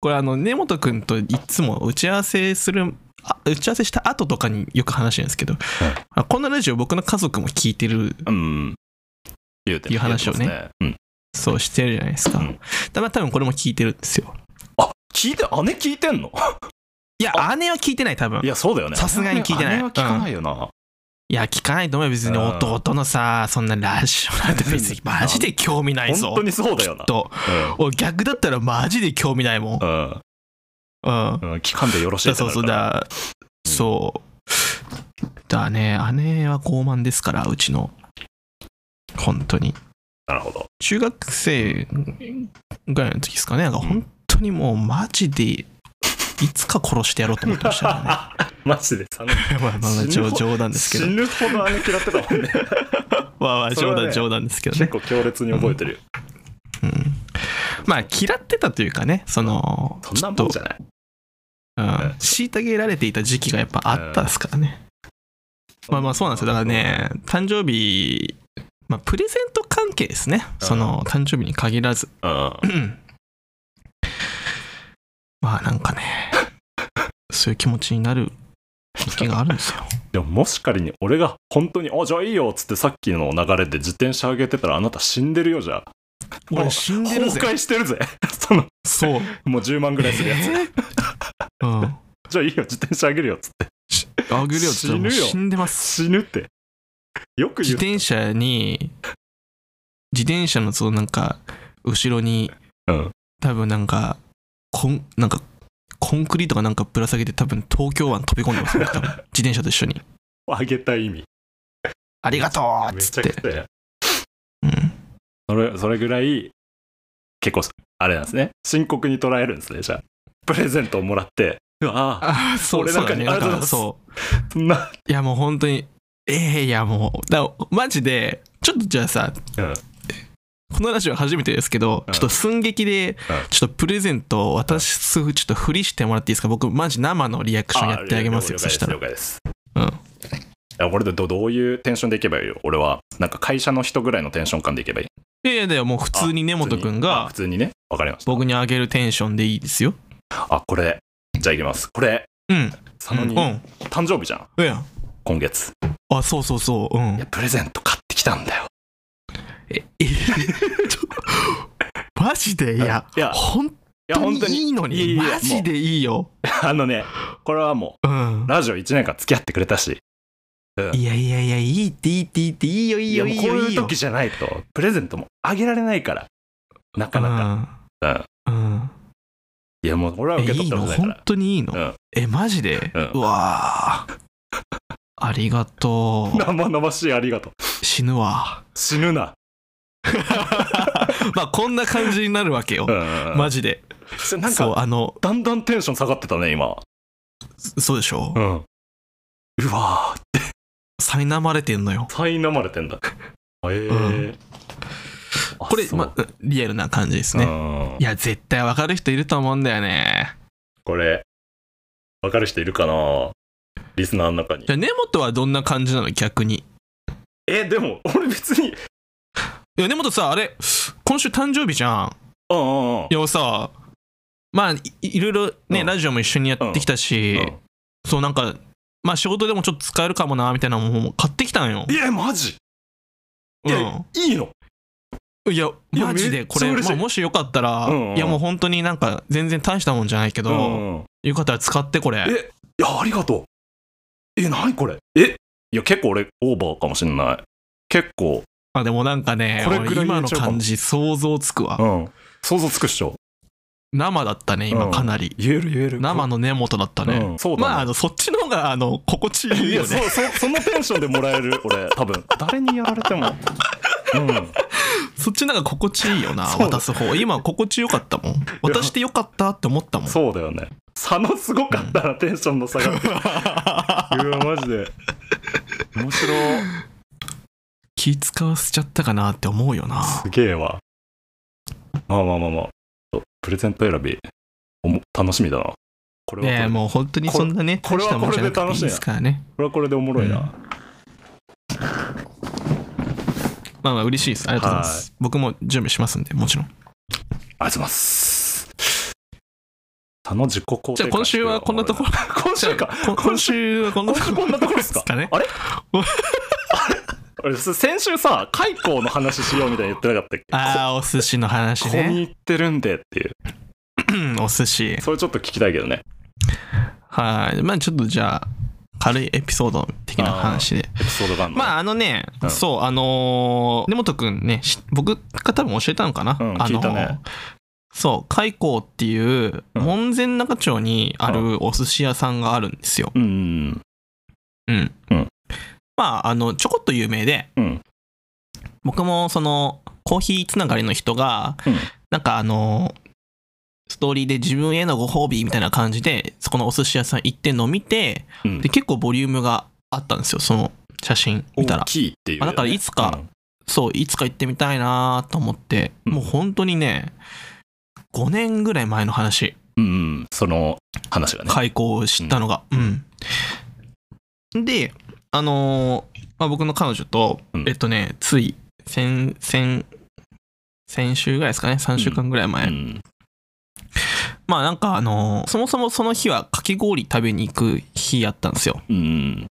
Speaker 2: これ、あの、根本くんといつも打ち合わせする、あ打ち合わせした後とかによく話してるんですけど、あこんなラジオ僕の家族も聞いてる、
Speaker 1: うん。言うて
Speaker 2: いう話をね
Speaker 1: 言うてますうん。
Speaker 2: そうしてるじゃないですか。
Speaker 1: うん
Speaker 2: だから多分これも聞いてるんですよ。
Speaker 1: あ、聞いて、姉聞いてんの
Speaker 2: いや、姉は聞いてない、多分。
Speaker 1: い
Speaker 2: いや、
Speaker 1: や、そうだよね。
Speaker 2: さすがに聞いてない
Speaker 1: 姉は聞かないよな。
Speaker 2: 聞かないと思うよ。別に
Speaker 1: うん
Speaker 2: 弟のさ、そんなラジオなんて別にマジで興味ないぞ。
Speaker 1: 本当にそうだよな。
Speaker 2: と、俺逆だったらマジで興味ないもん。
Speaker 1: うん。うん
Speaker 2: うん。
Speaker 1: うん。聞かんでよろしい
Speaker 2: だ
Speaker 1: って
Speaker 2: そ
Speaker 1: な
Speaker 2: う
Speaker 1: る
Speaker 2: そう
Speaker 1: から。
Speaker 2: だ、そうだね姉は傲慢ですからうちの本当に
Speaker 1: なるほど。
Speaker 2: 中学生ぐらいの時ですかねなんか本当にもうマジでいつか殺してやろうと思ってましたから
Speaker 1: *laughs*
Speaker 2: ね
Speaker 1: マジで、さ
Speaker 2: まあまあまあ
Speaker 1: 死ぬ
Speaker 2: 冗
Speaker 1: ほ
Speaker 2: 冗談ですけ
Speaker 1: 死
Speaker 2: ど
Speaker 1: ぬほど姉嫌ってたもん
Speaker 2: *laughs*
Speaker 1: ね。
Speaker 2: まあまあ
Speaker 1: それ
Speaker 2: 冗
Speaker 1: はね
Speaker 2: 談冗談ですけど
Speaker 1: 結
Speaker 2: ね、
Speaker 1: 構強烈に覚えてるよ。
Speaker 2: うん、まあ嫌ってたというかねその
Speaker 1: そんなもんじゃない。
Speaker 2: うん
Speaker 1: ん
Speaker 2: 虐げられていた時期がやっぱあったですからねまあまあそうなんですよ。だからね、誕生日、まあプレゼント関係ですね。
Speaker 1: うん
Speaker 2: その誕生日に限らず。 *laughs*
Speaker 1: うん。
Speaker 2: まあなんかね、そういう気持ちになる時があるんですよ。
Speaker 1: でももし仮に俺が本当に「あじゃあいいよ」っつってさっきの流れで自転車上げてたらあなた死んでるよじゃあ
Speaker 2: *laughs* 俺死んで
Speaker 1: 崩
Speaker 2: るぜ。
Speaker 1: 壊してるぜ *laughs* その
Speaker 2: そう。
Speaker 1: もう10万ぐらいするやつ、
Speaker 2: *laughs* えーうん。
Speaker 1: じゃあいいよ自転車上げるよっつって
Speaker 2: あげるよって言ったらもう
Speaker 1: 死ぬよ
Speaker 2: 死んでます。
Speaker 1: 死ぬってよく
Speaker 2: 自
Speaker 1: 言う
Speaker 2: 転車に、自転車のそのなんか、後ろに、
Speaker 1: うん
Speaker 2: 多分なんか、こん、なんか、コンクリートがなんかぶら下げて多分東京湾飛び込んでますね、 *laughs* 多分自転車と一緒に。
Speaker 1: 上げた意味
Speaker 2: ありがとうっ
Speaker 1: め
Speaker 2: つ
Speaker 1: ち
Speaker 2: っ
Speaker 1: ゃく
Speaker 2: て。
Speaker 1: ちゃ
Speaker 2: うん。
Speaker 1: それそれぐらい結構あれなんですね深刻に捉えるんですねじゃあプレゼントをもらってうわあ
Speaker 2: ああ、そう、
Speaker 1: 俺
Speaker 2: そ
Speaker 1: なん
Speaker 2: う
Speaker 1: か
Speaker 2: だ
Speaker 1: に
Speaker 2: ね。
Speaker 1: ありがとうござい
Speaker 2: な
Speaker 1: ま
Speaker 2: んか
Speaker 1: す
Speaker 2: そう。
Speaker 1: そんない
Speaker 2: やもう本当に、ええいやもう、だからマジで、ちょっとじゃあさ、
Speaker 1: うん
Speaker 2: このラジオ初めてですけど、
Speaker 1: うん
Speaker 2: ちょっと寸劇で、ちょっとプレゼントを渡す、ちょっとふりしてもらっていいですか僕、マジ生のリアクションやってあげます
Speaker 1: 了
Speaker 2: よ、そ
Speaker 1: 解で
Speaker 2: したら
Speaker 1: 了。解です
Speaker 2: うん
Speaker 1: いや俺でどどういうテンションでいけばいいよ俺はなんか会社の人ぐらいのテンション感でいけばいい
Speaker 2: いやいやいや、もう普通に根本くん
Speaker 1: あ
Speaker 2: が
Speaker 1: 普通にねわかりました
Speaker 2: 僕にあげるテンションでいいですよ。
Speaker 1: あこれじゃあいきますこれ
Speaker 2: うん。
Speaker 1: 佐野
Speaker 2: うん。
Speaker 1: に
Speaker 2: うん。
Speaker 1: 誕生日じゃん
Speaker 2: いや
Speaker 1: 今月
Speaker 2: あ、そうそうそう。う
Speaker 1: い
Speaker 2: ん
Speaker 1: や。プレゼント買ってきたんだよ
Speaker 2: え、え、ちょマジでいや、
Speaker 1: いや
Speaker 2: 本
Speaker 1: いや
Speaker 2: 当
Speaker 1: 本当
Speaker 2: にい
Speaker 1: に
Speaker 2: いの
Speaker 1: いやい
Speaker 2: に。
Speaker 1: やいや
Speaker 2: マジでいいよ。
Speaker 1: あのねこれはも
Speaker 2: うん
Speaker 1: う。ラジオ1年間付き合ってくれたし
Speaker 2: いやいやいや、いいっていいっていいっていいよいい
Speaker 1: いや
Speaker 2: よ
Speaker 1: もう
Speaker 2: いい
Speaker 1: こう
Speaker 2: よい
Speaker 1: い
Speaker 2: いうよ。
Speaker 1: 時じゃないとプレゼントもあげられないからなかなか
Speaker 2: か。うん。
Speaker 1: いやもう俺は
Speaker 2: え、
Speaker 1: 受け
Speaker 2: い
Speaker 1: 取
Speaker 2: い
Speaker 1: ったことないか
Speaker 2: の本
Speaker 1: ら
Speaker 2: 当にいいうの
Speaker 1: ん
Speaker 2: え、マジで
Speaker 1: うん
Speaker 2: うわーありがとう。
Speaker 1: 生々しいありがとう *laughs*
Speaker 2: 死ぬわ。
Speaker 1: 死ぬな
Speaker 2: まあこんな感じになるわけよ
Speaker 1: う。ん。
Speaker 2: マジで。
Speaker 1: それなん
Speaker 2: そう、
Speaker 1: か、
Speaker 2: あの、
Speaker 1: だんだんテンション下がってたね、今。
Speaker 2: そうでしょ
Speaker 1: うん。うわぁ、
Speaker 2: 苛まれてんのよ。
Speaker 1: 苛まれてんだ。へえーあ
Speaker 2: これ、
Speaker 1: そう
Speaker 2: まあ、リアルな感じですね。
Speaker 1: うん
Speaker 2: いや、絶対わかる人いると思うんだよね。
Speaker 1: これ、わかる人いるかなリスナーの中に
Speaker 2: じ。ゃあ、根本はどんな感じなの逆に。
Speaker 1: え、でも、俺別に、
Speaker 2: いや、根本さ、あれ、今週誕生日じゃん。
Speaker 1: うんうんうん。
Speaker 2: いや、さ、まあ、いいろいろね、
Speaker 1: うん
Speaker 2: ラジオも一緒にやってきたし、
Speaker 1: う
Speaker 2: そう、なんか、まあ仕事でもちょっと使えるかもな、みたいなもんも買ってきたんよ
Speaker 1: ん、。いや、マジいや、いいの
Speaker 2: うん、いや、
Speaker 1: いや
Speaker 2: マジで、こ
Speaker 1: めっちゃ
Speaker 2: れ、
Speaker 1: 嬉しい
Speaker 2: まあ、もしよかったら、
Speaker 1: うんうん
Speaker 2: いや、もう本当になんか、全然大したもんじゃないけど、
Speaker 1: うんうん
Speaker 2: よかったら使って、これ。
Speaker 1: えいや、ありがとう。え、何これえいや、結構俺、オーバーかもしんない。結構、
Speaker 2: あ、でもなんかね、
Speaker 1: これくらい
Speaker 2: 俺
Speaker 1: 入
Speaker 2: 今
Speaker 1: れ
Speaker 2: の
Speaker 1: ちゃうかも
Speaker 2: 感じ、想像つくわ。
Speaker 1: うん。想像つくっしょ。
Speaker 2: 生だったね、
Speaker 1: う
Speaker 2: 今、
Speaker 1: ん
Speaker 2: かなり。
Speaker 1: 言える言える
Speaker 2: 生の根元だったね。
Speaker 1: うんそうだね
Speaker 2: まあ、あの、そっちの方が、あの、心地いい
Speaker 1: いや
Speaker 2: よ
Speaker 1: そ
Speaker 2: ね。
Speaker 1: そ *laughs* そのテンションでもらえる俺多分誰にやられてもうん
Speaker 2: そっちの方が心地いいよ
Speaker 1: *laughs*
Speaker 2: な、
Speaker 1: そう
Speaker 2: 渡す方。今、心地よかったもん。渡してよかったって思ったもん。
Speaker 1: そう *laughs* だよね差のすごかったらテンションの差がうわマジで面白
Speaker 2: 気使わせちゃったかなって思うよな。
Speaker 1: すげえわまあまあまあまあプレゼント選びおも楽しみだなこれはこれ,、
Speaker 2: ねえもう本当にそんなね
Speaker 1: これ
Speaker 2: 大したもんじゃなくていいですからね
Speaker 1: これはこれでおもろいな、
Speaker 2: うんまあまあ嬉しいですありがとうございます僕も準備しますんでもちろん
Speaker 1: ありがとうございます差の自己肯定感
Speaker 2: じゃあ今週はこんなところ
Speaker 1: *laughs* 今週か
Speaker 2: こ今週はこんな
Speaker 1: 今
Speaker 2: と
Speaker 1: 週
Speaker 2: こ
Speaker 1: こんなところですか
Speaker 2: ですかね
Speaker 1: あれ *laughs* あれ先週さ開口の話しようみたいに言ってなかったっけ
Speaker 2: ああお寿司の
Speaker 1: こ
Speaker 2: 話
Speaker 1: こに
Speaker 2: ね
Speaker 1: 行ってるんでっていう
Speaker 2: うん *clears throat* お寿司
Speaker 1: それちょっと聞きたいけどね
Speaker 2: はいまあちょっとじゃあ軽いエピソード的な話で
Speaker 1: エピソードがあるの
Speaker 2: まああのね、
Speaker 1: うん
Speaker 2: そうあのー根本くんねし僕が多分教えたのかな、
Speaker 1: うん
Speaker 2: あ
Speaker 1: 聞
Speaker 2: の
Speaker 1: いたね
Speaker 2: そう開港っていう
Speaker 1: うん
Speaker 2: 門前仲町にあるお寿司屋さんがあるんですよ、
Speaker 1: うん
Speaker 2: うん。
Speaker 1: うん
Speaker 2: まあ、あの、ちょこっと有名で、
Speaker 1: うん
Speaker 2: 僕もその、コーヒーつながりの人が、
Speaker 1: うん
Speaker 2: なんかあの、ストーリーで自分へのご褒美みたいな感じで、そこのお寿司屋さん行って飲みて、
Speaker 1: うん
Speaker 2: で、結構ボリュームがあったんですよ、その写真見たら
Speaker 1: 大。きいっていう、
Speaker 2: あだからいつかそう、いつか行ってみたいなと思って、
Speaker 1: うん
Speaker 2: もう本当にね、5年ぐらい前の話。
Speaker 1: うん、うんうんその話がね
Speaker 2: 開口を知ったのが。うん。で、あのーまあ、僕の彼女と、
Speaker 1: うん
Speaker 2: えっとね、つい先、先、先週ぐらいですかね、3週間ぐらい前。
Speaker 1: うん
Speaker 2: まあなんかあのーそもそもその日はかき氷食べに行く日やったんですよ。
Speaker 1: うん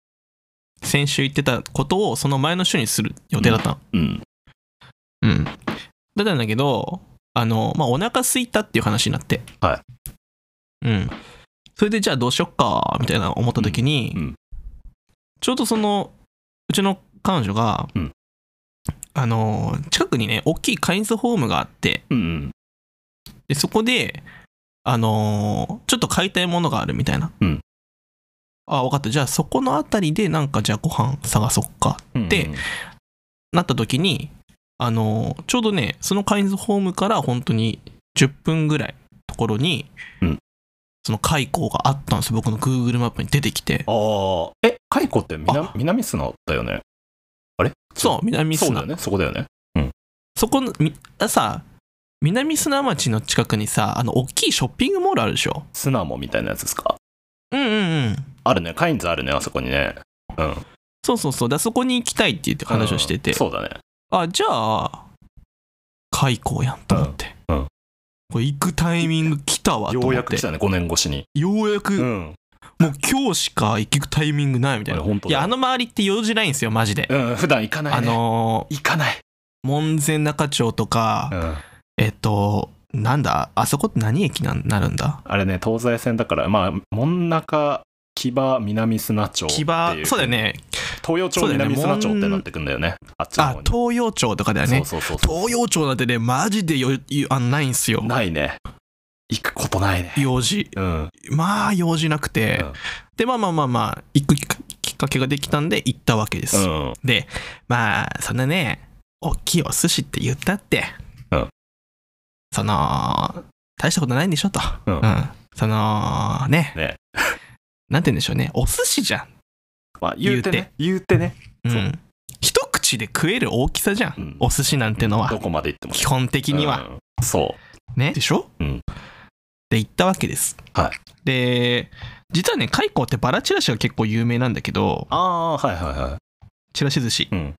Speaker 2: 先週行ってたことをその前の週にする予定だったの。
Speaker 1: うん
Speaker 2: うん。だったんだけど、あの、まあ、お腹空いたっていう話になって。。
Speaker 1: はい
Speaker 2: うん。それでじゃあどうしよっか、みたいな思った時に、
Speaker 1: うんうん
Speaker 2: ちょうどその、うちの彼女が、
Speaker 1: うん
Speaker 2: あの、近くにね、大きいカインズホームがあって、
Speaker 1: うんうん
Speaker 2: でそこで、あの、ちょっと買いたいものがあるみたいな。
Speaker 1: うん
Speaker 2: あ、分かった。じゃあそこのあたりで、なんかじゃあご飯探そっか
Speaker 1: うん
Speaker 2: でなった時にあのちょうどねそのカインズホームから本当に10分ぐらいところに、
Speaker 1: うん
Speaker 2: その開港があったんですよ僕の Google マップに出てきて
Speaker 1: ああえ開口って南南砂だよねあれ
Speaker 2: そう南
Speaker 1: そう
Speaker 2: 砂
Speaker 1: だ
Speaker 2: そ,、
Speaker 1: よねそこだよね
Speaker 2: このみさ南砂町の近くにさあの大きいショッピングモールあるでしょ
Speaker 1: スナモみたいなやつですか
Speaker 2: うんうんうん
Speaker 1: あるねカインズあるねあそこにねうん
Speaker 2: そうそうそうだからそこに行きたいって言って話をしてて、
Speaker 1: うんそうだね
Speaker 2: あじゃあ開港やんと思って、
Speaker 1: うんうん
Speaker 2: これ行くタイミング来たわと思って
Speaker 1: ようやく来たね5年越しに
Speaker 2: ようやく
Speaker 1: ん
Speaker 2: もう今日しか行くタイミングないみたいな。
Speaker 1: あれ本当
Speaker 2: い
Speaker 1: だ
Speaker 2: や、あの周りって用事ないんですよ、マジで。
Speaker 1: うん普段行かない
Speaker 2: あ
Speaker 1: ね
Speaker 2: の
Speaker 1: 行かない
Speaker 2: ー門前仲町とか、
Speaker 1: うん
Speaker 2: えっと、なんだ、あそこって何駅なんなるんだ
Speaker 1: あれね東西線だからまあ真ん中木場南砂町ってい
Speaker 2: 木場、そうだよね。
Speaker 1: 東洋町
Speaker 2: そうだよね
Speaker 1: 南砂町ってなってくんだよねあっちの
Speaker 2: あ
Speaker 1: 方、に
Speaker 2: 東洋町とかだよ
Speaker 1: そ
Speaker 2: ね。
Speaker 1: うそうそうそう
Speaker 2: 東洋町なんてね、マジでよよあないんすよ。
Speaker 1: ないね行くことないね
Speaker 2: 用事。
Speaker 1: うん
Speaker 2: まあ、用事なくて。
Speaker 1: うん
Speaker 2: で、まあまあまあまあ、行くきっかきっかけができたんで、行ったわけです。
Speaker 1: うん
Speaker 2: で、まあ、そんなね、大きいお寿司って言ったって、
Speaker 1: うん
Speaker 2: その大したことないんでしょと、
Speaker 1: うん
Speaker 2: そのね
Speaker 1: ね
Speaker 2: なんて言うんでしょうねお寿司じゃ
Speaker 1: まあ、言うてね。言うてね。
Speaker 2: ん、う、
Speaker 1: そうん
Speaker 2: 一口で食える大きさじゃん、
Speaker 1: うん
Speaker 2: お寿司なんてのは、
Speaker 1: どこまで行っても。
Speaker 2: 基本的には、
Speaker 1: うん。そ
Speaker 2: ねでしょ、
Speaker 1: うん
Speaker 2: で行ったわけです、
Speaker 1: はい
Speaker 2: で実はね開港ってバラチラシが結構有名なんだけど
Speaker 1: う。ああー、はいはいはい。
Speaker 2: チラシ寿司
Speaker 1: うん。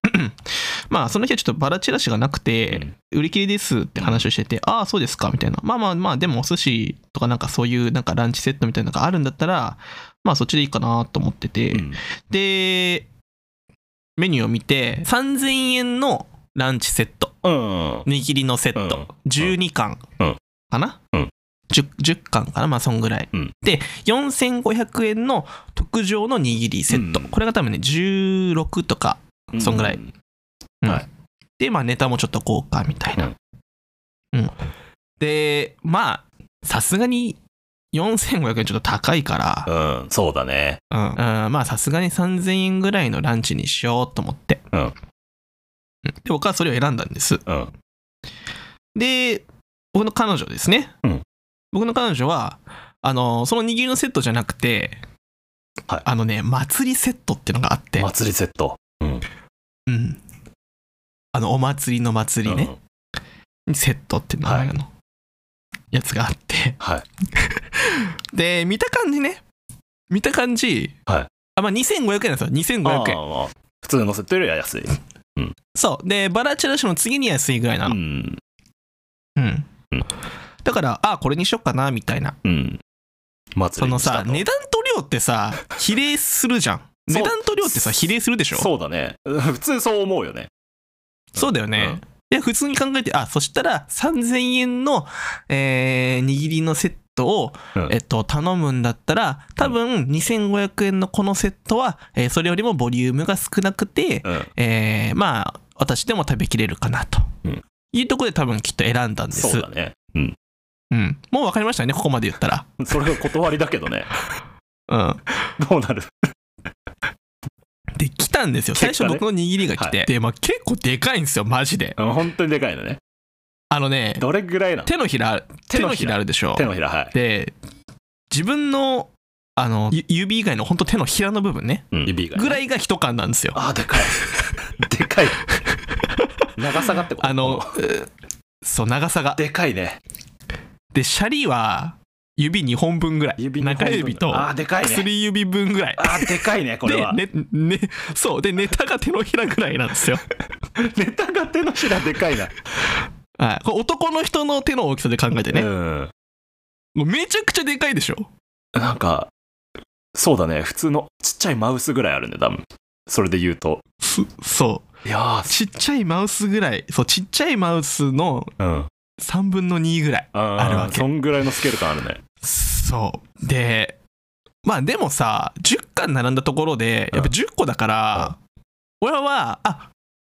Speaker 2: まあその日はちょっとバラチラシがなくて、売り切れですって話をしてて、ああそうですかみたいなまあまあまあでもお寿司とかなんかそういうなんかランチセットみたいなのがあるんだったらまあそっちでいいかなと思ってて、
Speaker 1: うん
Speaker 2: でメニューを見て3000円のランチセット
Speaker 1: うん。
Speaker 2: 握りのセット、
Speaker 1: うん
Speaker 2: 12巻
Speaker 1: うん
Speaker 2: かな、
Speaker 1: うん
Speaker 2: 10, 10巻かなまあそんぐらい、
Speaker 1: うん
Speaker 2: で4500円の特上の握りセット、
Speaker 1: うん
Speaker 2: これが多分ね16とか
Speaker 1: う
Speaker 2: そんぐらいうん
Speaker 1: はい
Speaker 2: で、まあネタもちょっと豪華みたいな。うん。で、まあ、さすがに4500円ちょっと高いから
Speaker 1: う、ん、そうだね。
Speaker 2: うん、うんまあさすがに3000円ぐらいのランチにしようと思って。
Speaker 1: うん
Speaker 2: うんで、僕はそれを選んだんです。
Speaker 1: うん。
Speaker 2: で、僕の彼女ですね。
Speaker 1: うん
Speaker 2: 僕の彼女は、あの、その握りのセットじゃなくて、
Speaker 1: はい
Speaker 2: あのね、祭りセットってのがあって、
Speaker 1: 祭りセット。
Speaker 2: うん。あの、お祭りの祭りね。セットって名前のやつがあって、
Speaker 1: はい
Speaker 2: *laughs* で見た感じね見た感じ、
Speaker 1: はい
Speaker 2: あまあ、2500円なんですよ
Speaker 1: うん。あ
Speaker 2: 2500円
Speaker 1: ーまあ普通のセットよりは安い。
Speaker 2: そうでバラチラシの次に安いぐらいな
Speaker 1: う
Speaker 2: の
Speaker 1: ん。
Speaker 2: うん、
Speaker 1: うん
Speaker 2: だからあこれにしよっかなみたいな
Speaker 1: うん。祭
Speaker 2: そ
Speaker 1: り
Speaker 2: の
Speaker 1: にした
Speaker 2: さ
Speaker 1: と
Speaker 2: 値段と量ってさ比例するじゃん
Speaker 1: そ
Speaker 2: 値
Speaker 1: う
Speaker 2: 段と量ってさ比例するでしょそう
Speaker 1: そうだね。 *laughs* 普通そう思うよね。
Speaker 2: だよね、
Speaker 1: うん
Speaker 2: で普通に考えてあそしたら3000円の、えー握りのセットを
Speaker 1: うん
Speaker 2: えっと、頼むんだったら、多分2500円のこのセットは、えーそれよりもボリュームが少なくて、
Speaker 1: うん。
Speaker 2: えーまあ、私でも食べきれるかなと。
Speaker 1: うん
Speaker 2: いうところで多分きっと選んだんです。
Speaker 1: そうだね。うん。
Speaker 2: うん。もう分かりましたね、ここまで言ったら。
Speaker 1: それが断りだけどね。 *laughs*
Speaker 2: う
Speaker 1: どうなる
Speaker 2: ん。で、来たんですよ。
Speaker 1: 結果
Speaker 2: 最
Speaker 1: ね
Speaker 2: 初僕の握りが来て。
Speaker 1: は
Speaker 2: で、まあ結構でかいんですよ、マジで。
Speaker 1: うん本当にでかいのね。
Speaker 2: あのね、
Speaker 1: どれぐらいなの
Speaker 2: 手のひら、手のひらあるでしょ
Speaker 1: 手。のひら、はい。
Speaker 2: で、自分の、あの、ゆ指以外の本当手のひらの部分ね。
Speaker 1: うん指が。
Speaker 2: ぐら
Speaker 1: い。
Speaker 2: いが一缶なんですよ。
Speaker 1: ああ、でかい。 *laughs* でかい。長さがってこと
Speaker 2: あの、そう、長さが。
Speaker 1: でかいね。
Speaker 2: で、シャリは指2本分ぐらい。
Speaker 1: 指の
Speaker 2: 中指と
Speaker 1: ああ、でかいね。
Speaker 2: 薬指分ぐらい。
Speaker 1: ああ、でかいね、これは。
Speaker 2: で、ね、ね、そう。で、ネタが手のひらぐらいなんです
Speaker 1: *laughs*
Speaker 2: よ。
Speaker 1: ネタが手のひらでかいな。
Speaker 2: はい。これ男の人の手の大きさで考えてね。
Speaker 1: うん。
Speaker 2: もうめちゃくちゃでかいでしょ。
Speaker 1: なんか、そうだね、普通のちっちゃいマウスぐらいあるね、多分。それで言うと。
Speaker 2: すそう。
Speaker 1: いやー、
Speaker 2: ちっちゃいマウスぐらい。そう、ちっちゃいマウスの
Speaker 1: うん。
Speaker 2: 3分の2ぐらい。
Speaker 1: あ
Speaker 2: る
Speaker 1: る
Speaker 2: わ
Speaker 1: わ
Speaker 2: け
Speaker 1: け。そんぐらいのスケール感あるね。
Speaker 2: そう。で、まあでもさ、10巻並んだところで、やっぱ10個だから、俺は、あ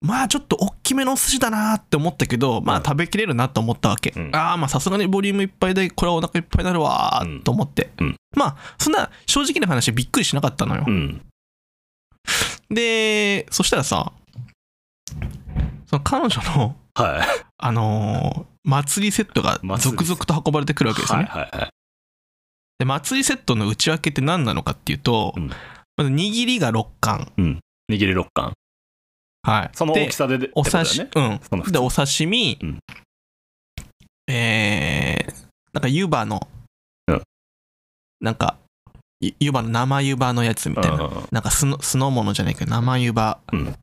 Speaker 2: まあちょっと大きめのお寿司だなって思ったけど、ま
Speaker 1: う
Speaker 2: あ
Speaker 1: ん
Speaker 2: 食べきれるなと思ったわけ。
Speaker 1: うん
Speaker 2: ああ、まあさすがにボリュームいっぱいで、これはお腹いっぱいになるわ
Speaker 1: うん
Speaker 2: ーと思って。
Speaker 1: うん
Speaker 2: まあ、そんな正直な話びっくりしなかったのよ。
Speaker 1: うん。
Speaker 2: で、そしたらさ、その彼女の、
Speaker 1: はい。
Speaker 2: あのー祭りセットが
Speaker 1: 祭
Speaker 2: 続
Speaker 1: り
Speaker 2: 々と運ばれてくるわけです
Speaker 1: は
Speaker 2: ね。
Speaker 1: いはいはい。
Speaker 2: で祭りセットの内訳って何なのかっていうと、
Speaker 1: うん
Speaker 2: まず握りが6貫、
Speaker 1: 握り6貫。
Speaker 2: はい、
Speaker 1: その大き
Speaker 2: で
Speaker 1: さで、ってこ
Speaker 2: お
Speaker 1: とだよ
Speaker 2: 刺
Speaker 1: ね
Speaker 2: し、
Speaker 1: その
Speaker 2: うん、
Speaker 1: 普
Speaker 2: で
Speaker 1: 通
Speaker 2: お刺身、
Speaker 1: うん
Speaker 2: えー、なんか湯葉の、
Speaker 1: うん
Speaker 2: なんかゆ湯葉の生湯葉のやつみたいな、
Speaker 1: うんうんうん
Speaker 2: なんか酢の酢の物じゃないけど生湯葉
Speaker 1: うん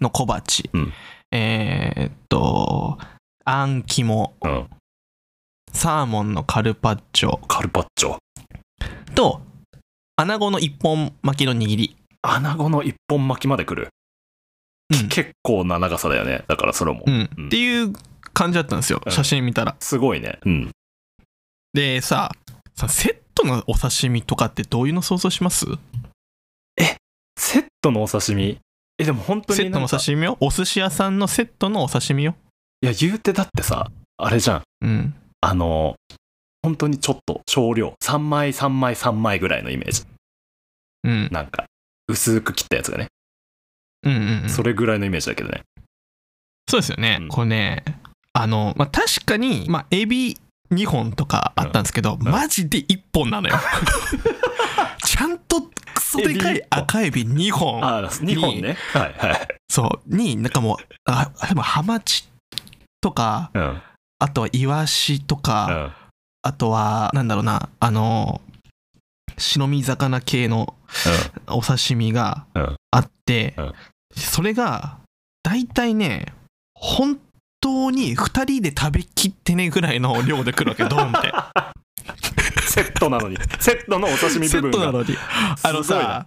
Speaker 2: の小鉢、
Speaker 1: うん
Speaker 2: えーっとあん肝
Speaker 1: うん。
Speaker 2: サーモンのカルパッチョ
Speaker 1: カルパッチョ。
Speaker 2: と穴子の一本巻きの握り
Speaker 1: アナゴの一本巻きまで来る。
Speaker 2: うん
Speaker 1: 結構な長さだよね。だからそれも
Speaker 2: う。ん
Speaker 1: うん
Speaker 2: っていう感じだったんですよ、
Speaker 1: うん
Speaker 2: 写真見たら。
Speaker 1: すごいね。うん。
Speaker 2: でさ、さセットのお刺身とかってどういうの想像します
Speaker 1: セットのお刺身。え、でも本当に
Speaker 2: セットのお
Speaker 1: なんか
Speaker 2: 刺身よ。お寿司屋さんのセットのお刺身よ。
Speaker 1: いや、言うてだってさ、あれじゃん。
Speaker 2: うん。
Speaker 1: あの、本当にちょっと少量、3枚、3枚、3枚ぐらいのイメージ。
Speaker 2: うん。
Speaker 1: なんか、薄く切ったやつがね、
Speaker 2: うんうんうん。
Speaker 1: それぐらいのイメージだけどね。
Speaker 2: そうですよね、
Speaker 1: うん
Speaker 2: これねあの、まあ、確かに、まあ、エビ2本とかあったんですけど、マジで1本なの
Speaker 1: *laughs*
Speaker 2: よちゃんとクソでか
Speaker 1: エビ
Speaker 2: い
Speaker 1: 一本
Speaker 2: 赤エビ2本
Speaker 1: ああ、2本ね。はいはい。
Speaker 2: そうになんかもうあでもハマチとか
Speaker 1: うん。うん
Speaker 2: あとはイワシとか、あとは、なんだろうな、あの、白身魚系のお刺身が
Speaker 1: うん
Speaker 2: あって、
Speaker 1: うん
Speaker 2: それが、大体ね、本当に2人で食べきってねぐらいの量で来
Speaker 1: *laughs*
Speaker 2: るわけ、ドーンって。
Speaker 1: セットなのに。セットのお刺身
Speaker 2: セ
Speaker 1: 部分
Speaker 2: ットな
Speaker 1: が。
Speaker 2: のに。あの
Speaker 1: すごいな
Speaker 2: さ、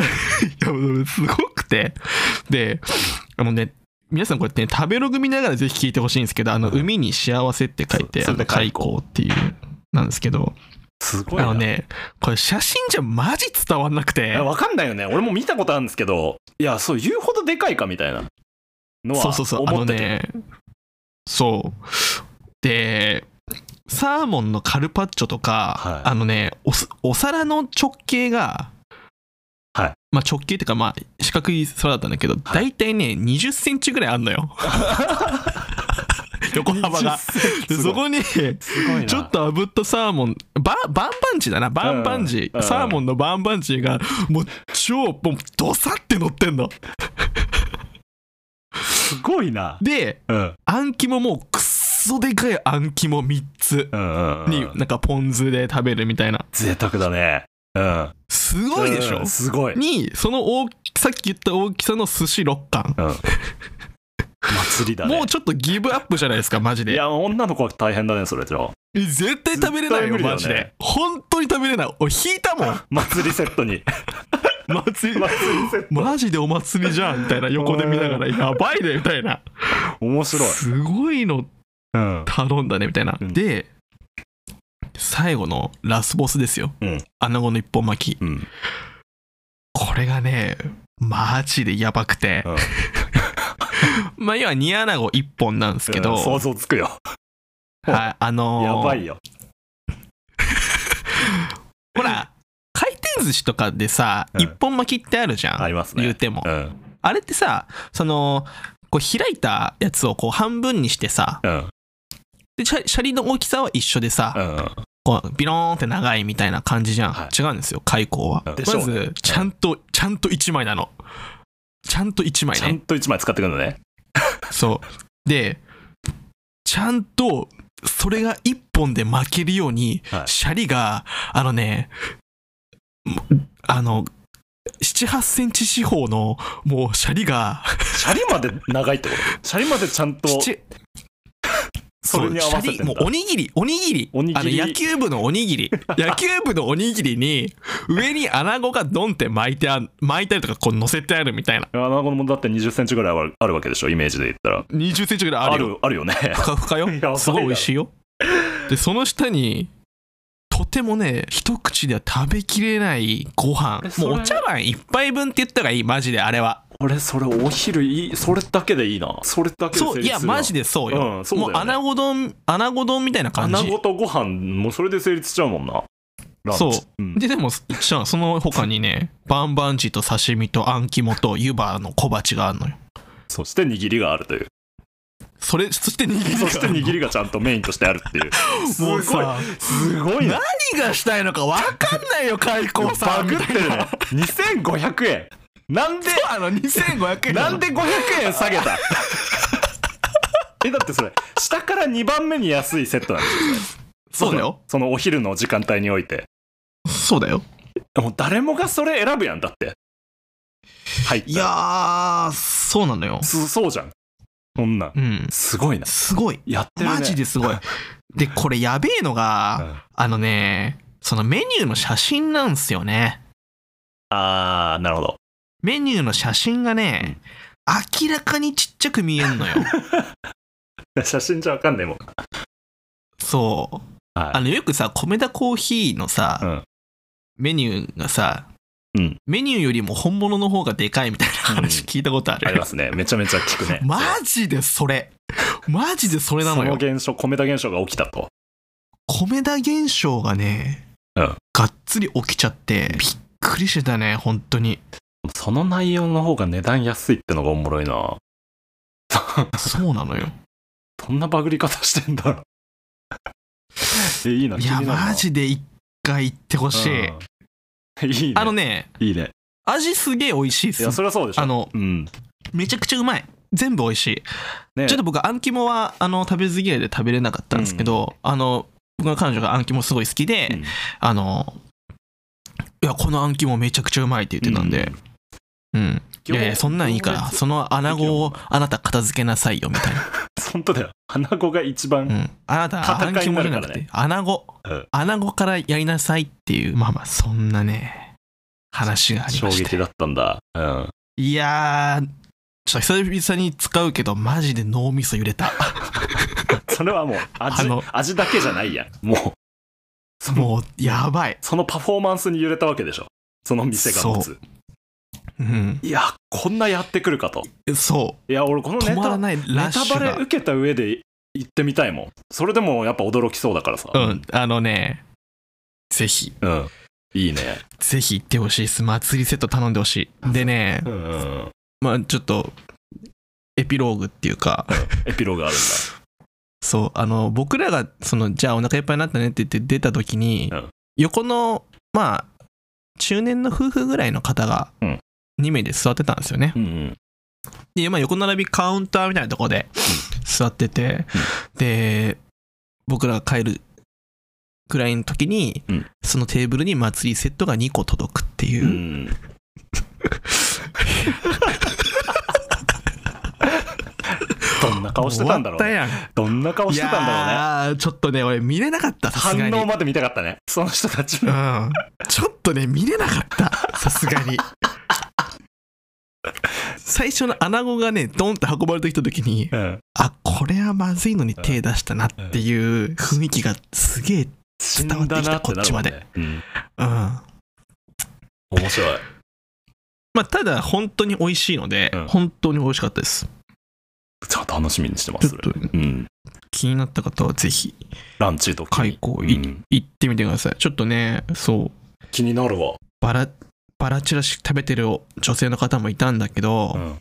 Speaker 2: *laughs* いや、もうすごくて。で、あのね、皆さんこれね、食べログ見ながらぜひ聞いてほしいんですけど、あの、
Speaker 1: うん
Speaker 2: 海に幸せって書いて、
Speaker 1: そそれ
Speaker 2: あの、
Speaker 1: で海
Speaker 2: 開口っていう、なんですけど、
Speaker 1: すごい
Speaker 2: あ
Speaker 1: な。
Speaker 2: のね、これ写真じゃマジ伝わんなく
Speaker 1: い
Speaker 2: て
Speaker 1: や。わかんないよね。俺も見たことあるんですけど、いや、そう、言うほどでかいかみたいなのは
Speaker 2: そうそうそう、あ
Speaker 1: 思
Speaker 2: の
Speaker 1: ってて。
Speaker 2: ね、そう。で、サーモンのカルパッチョとか、
Speaker 1: はい
Speaker 2: あのねおす、お皿の直径が、
Speaker 1: はい
Speaker 2: まあ直径っていうか、まあ四角い皿だったんだけど、
Speaker 1: は
Speaker 2: 大体ね、20センチぐらいあんの
Speaker 1: *laughs*
Speaker 2: よ。横幅が。でそこに、
Speaker 1: すごいな。
Speaker 2: ちょっと炙ったサーモンバンバンバンジーだなバンバンジー、
Speaker 1: うんうん
Speaker 2: サーモンのバンバンジーがもう超もうドサって乗ってんの
Speaker 1: すごいな。
Speaker 2: で
Speaker 1: うん。
Speaker 2: あん肝もうくっそでかいあん肝3つ
Speaker 1: うんうん、うん。
Speaker 2: になんかポン酢で食べるみたいな
Speaker 1: 贅沢だね。うん。
Speaker 2: すごいでしょ
Speaker 1: うんすごい。
Speaker 2: にその大きさっき言った大きさの寿司6貫
Speaker 1: うん。祭りだね。
Speaker 2: もうちょっとギブアップじゃないですかマジ
Speaker 1: い
Speaker 2: で
Speaker 1: や、女の子は大変だね、それじゃあ。
Speaker 2: え絶対食べれな
Speaker 1: 絶
Speaker 2: い
Speaker 1: 対
Speaker 2: よ
Speaker 1: 無理だよね
Speaker 2: マジで本当に食べれない俺引い
Speaker 1: *laughs*
Speaker 2: たもん
Speaker 1: 祭りセットに。 *laughs* 祭り、祭りセット。
Speaker 2: マジでお祭りじゃんみたいな横で見ながらやばいねみたいな
Speaker 1: 面白い。
Speaker 2: すごいの
Speaker 1: うん。
Speaker 2: 頼んだねみたいな、
Speaker 1: うん
Speaker 2: で最後のラスボスですよ、
Speaker 1: うん
Speaker 2: 穴子の一本巻き
Speaker 1: うん。うん
Speaker 2: これがねマジでやばくて、まあ要は煮穴子一本なんですけど、
Speaker 1: 想像つくよ。
Speaker 2: はいあのー
Speaker 1: やばいよ。
Speaker 2: ほら回転寿司とかでさ、
Speaker 1: うん
Speaker 2: 一本巻きってあるじゃん、
Speaker 1: ありますね。
Speaker 2: 言うても、
Speaker 1: うん。
Speaker 2: あれってさそのこう開いたやつをこう半分にしてさ
Speaker 1: うん。
Speaker 2: でシャシャリの大きさは一緒でさ、
Speaker 1: うん。
Speaker 2: こうビローンって長いみたいな感じじゃん、
Speaker 1: は
Speaker 2: 違うんですよ開口は、
Speaker 1: うんでしょ
Speaker 2: ま
Speaker 1: うね
Speaker 2: ずちゃんと、ちゃんと1枚なのちゃんと1枚
Speaker 1: ちゃん
Speaker 2: ね
Speaker 1: と1枚使ってくるのね。
Speaker 2: そうでちゃんとそれが1本で巻けるように、
Speaker 1: はい
Speaker 2: シャリがあのねもあの78センチ四方のもうシャリが
Speaker 1: シャリまで長いって *laughs* ことシャリまでちゃんと
Speaker 2: 7
Speaker 1: *laughs* それに合わせ
Speaker 2: シ
Speaker 1: て
Speaker 2: ャリ
Speaker 1: ん
Speaker 2: も
Speaker 1: だ
Speaker 2: うおにぎりおにぎり
Speaker 1: おにぎり
Speaker 2: あの野球部のおにぎ
Speaker 1: *laughs*
Speaker 2: り野球部のおにぎりに上に穴子がドンって巻いてあん巻いたりとかこう乗せてあるみたいな
Speaker 1: 穴子のもだって20センチぐらいはあるわけでしょイメージで言ったら
Speaker 2: 2 0ンチぐらいあ
Speaker 1: あ
Speaker 2: るよ
Speaker 1: るあるよね *laughs*
Speaker 2: ふかふか
Speaker 1: やばい
Speaker 2: よ
Speaker 1: な
Speaker 2: すごい美味しいよでその下にとてもね一口では食べきれないご飯
Speaker 1: えそれ
Speaker 2: もうお茶碗一杯分って言ったらいいマジであれは
Speaker 1: 俺それお昼いいそれだけでいいなそれだけで成立
Speaker 2: そういやマジ
Speaker 1: で
Speaker 2: でそうよ,、
Speaker 1: うんそうだよね
Speaker 2: もう穴子丼穴子丼みたいな感じ
Speaker 1: 穴子とご飯もうそれで成立しちゃうもんなランチ
Speaker 2: そう、
Speaker 1: ん
Speaker 2: ででもじゃあその他にねバンバンジーと刺身とあん肝と湯葉の小鉢があるのよ
Speaker 1: そして握りがある
Speaker 2: *laughs*
Speaker 1: という
Speaker 2: それそして握りがある
Speaker 1: そ
Speaker 2: の
Speaker 1: して握りがちゃんとメインとしてあるって
Speaker 2: *laughs*
Speaker 1: いうす
Speaker 2: も
Speaker 1: ご
Speaker 2: う
Speaker 1: い
Speaker 2: さ
Speaker 1: すごいな
Speaker 2: 何がしたいのか分かんないよ開口さ
Speaker 1: バ
Speaker 2: ん
Speaker 1: グ
Speaker 2: み
Speaker 1: ったて
Speaker 2: い
Speaker 1: る
Speaker 2: な
Speaker 1: ね2500円なんで
Speaker 2: あの2500円
Speaker 1: なんで500円下げたえだってそれ下から2番目に安いセットなんですよ
Speaker 2: そうだよ
Speaker 1: そのお昼の時間帯において
Speaker 2: そうだよ
Speaker 1: もう誰もがそれ選ぶやんだってはい
Speaker 2: いやーそうなのよ
Speaker 1: そそうじゃんこんなん
Speaker 2: うん
Speaker 1: すごいな
Speaker 2: すごい
Speaker 1: やってるね
Speaker 2: マジですごいでこれやべえの
Speaker 1: う
Speaker 2: が
Speaker 1: ん
Speaker 2: あのねそのメニューの写真なんすよね
Speaker 1: あーなるほど
Speaker 2: メニューの写真がね明らかにちっちゃく見えんの
Speaker 1: *laughs*
Speaker 2: よ
Speaker 1: 写真じゃわかんねえもん
Speaker 2: そう。
Speaker 1: はい
Speaker 2: あの、よくさ、米田コーヒーのさ、
Speaker 1: うん
Speaker 2: メニューがさ、
Speaker 1: うん
Speaker 2: メニューよりも本物の方がでかいみたいな話
Speaker 1: うん
Speaker 2: 聞いたことあ
Speaker 1: *laughs*
Speaker 2: る。
Speaker 1: ありますねめちゃめちゃ効くね
Speaker 2: マジでそれ。マジでそれな
Speaker 1: そ
Speaker 2: の
Speaker 1: の
Speaker 2: よ。
Speaker 1: 現象米田現象が起きたと
Speaker 2: 米田現象がね、
Speaker 1: うん
Speaker 2: がっつり起きちゃって、びっくりしてたね、本当に。
Speaker 1: その内容の方が値段安いってのがおもろいな
Speaker 2: そうなのよ。
Speaker 1: どんなバグり方してんだろう。 *laughs* え、いいな、*laughs* 気
Speaker 2: いや、
Speaker 1: になるな
Speaker 2: マジで一回行ってほしい。
Speaker 1: うん *laughs* いいね。
Speaker 2: あのね、
Speaker 1: いいね。
Speaker 2: 味すげえ美味しいっ
Speaker 1: い
Speaker 2: す
Speaker 1: や、。それはそうでしょ。
Speaker 2: あの、
Speaker 1: うん。
Speaker 2: めちゃくちゃうまい。全部美味しい。
Speaker 1: ね、
Speaker 2: ちょっと僕、あん肝は、あの、食べず嫌いで食べれなかったんですけど、あの、僕の彼女があん肝すごい好きで、
Speaker 1: うん
Speaker 2: あの、いや、このあん肝めちゃくちゃうまいって言ってたんで、うん。いやいや、そんなんいいから、その穴子をあなた片付けなさいよ、みたいな。
Speaker 1: *laughs* 本当だよ。花子が一番、
Speaker 2: うん。あなた、あ
Speaker 1: 戦
Speaker 2: ん
Speaker 1: いに
Speaker 2: 肝
Speaker 1: な
Speaker 2: じ
Speaker 1: る
Speaker 2: ゃ
Speaker 1: か
Speaker 2: な
Speaker 1: ら
Speaker 2: くて
Speaker 1: ね、
Speaker 2: 穴子、
Speaker 1: うん
Speaker 2: 穴子からやりなさいっていう、まあまあ、そんなね、話があり
Speaker 1: 衝
Speaker 2: ました
Speaker 1: 撃。だったんだ。うん。
Speaker 2: いやー、ちょっと久々に使うけど、マジで脳みそ
Speaker 1: *laughs*
Speaker 2: 揺れた。
Speaker 1: それはもう味
Speaker 2: あの、
Speaker 1: 味だけじゃないやん。もう、その
Speaker 2: もう、やばい。
Speaker 1: そのパフォーマンスに揺れたわけでしょ。その店が持つ。
Speaker 2: うん。
Speaker 1: いや、こんなやってくるかと。
Speaker 2: そ
Speaker 1: いや、俺この
Speaker 2: う。
Speaker 1: ネ
Speaker 2: 止ま
Speaker 1: タ
Speaker 2: らないラッ
Speaker 1: ネ
Speaker 2: シ
Speaker 1: タ
Speaker 2: ュ
Speaker 1: バレ
Speaker 2: が。
Speaker 1: 受けた上で行ってみたいもん。それでもやっぱ驚きそうだからさ。
Speaker 2: うん、あのね、ぜひ、
Speaker 1: うん。いいね。
Speaker 2: ぜひ行ってほしいです。祭りセット頼んでほしい。でね
Speaker 1: う、んうん。
Speaker 2: まあちょっと、エピローグっていうか、
Speaker 1: エピローグあるん
Speaker 2: そう、あの、僕らが、その、じゃあお腹いっぱいになったねって言って出た時に
Speaker 1: うん、
Speaker 2: 横の、まあ、中年の夫婦ぐらいの方が
Speaker 1: うん、
Speaker 2: 2名で座ってたんですよね。
Speaker 1: だ。うん
Speaker 2: で、まあ、横並びカウンターみたいなとこで座ってて、で僕らが帰るくらいの時に、
Speaker 1: うん
Speaker 2: そのテーブルに祭りセットが2個届くっていうう、
Speaker 1: ん。うん。どんな顔してたんだろうね、
Speaker 2: 終わったやん
Speaker 1: どんな顔してたんだろうね。
Speaker 2: いやーちょっとね俺見れなかったさすが
Speaker 1: 反
Speaker 2: に
Speaker 1: 応まで見たかったね。その人たちの。
Speaker 2: うんちょっとね見れなかったさすが
Speaker 1: *laughs*
Speaker 2: に最初の穴子がねドンって運ばれてきた時に
Speaker 1: うん。
Speaker 2: あこれはまずいのに手出したなっていう雰囲気がすげえ
Speaker 1: 死ん
Speaker 2: 伝わってきた
Speaker 1: だな
Speaker 2: こっちまで
Speaker 1: なるもんね。
Speaker 2: うん
Speaker 1: うん。面白い。
Speaker 2: まあ、ただ本当に美味しいので、
Speaker 1: うん
Speaker 2: 本当に美味しかったです。
Speaker 1: じゃあ楽しみにしてま
Speaker 2: ちょ
Speaker 1: す。
Speaker 2: っ
Speaker 1: それ
Speaker 2: と
Speaker 1: うん。
Speaker 2: 気になった方はぜひ
Speaker 1: ランチとか。
Speaker 2: 開口
Speaker 1: う
Speaker 2: い
Speaker 1: ん
Speaker 2: 行ってみてください。ちょっとね、そう、
Speaker 1: 気になるわ。
Speaker 2: バラ、バラチラシ食べてる女性の方もいたんだけど、
Speaker 1: うん。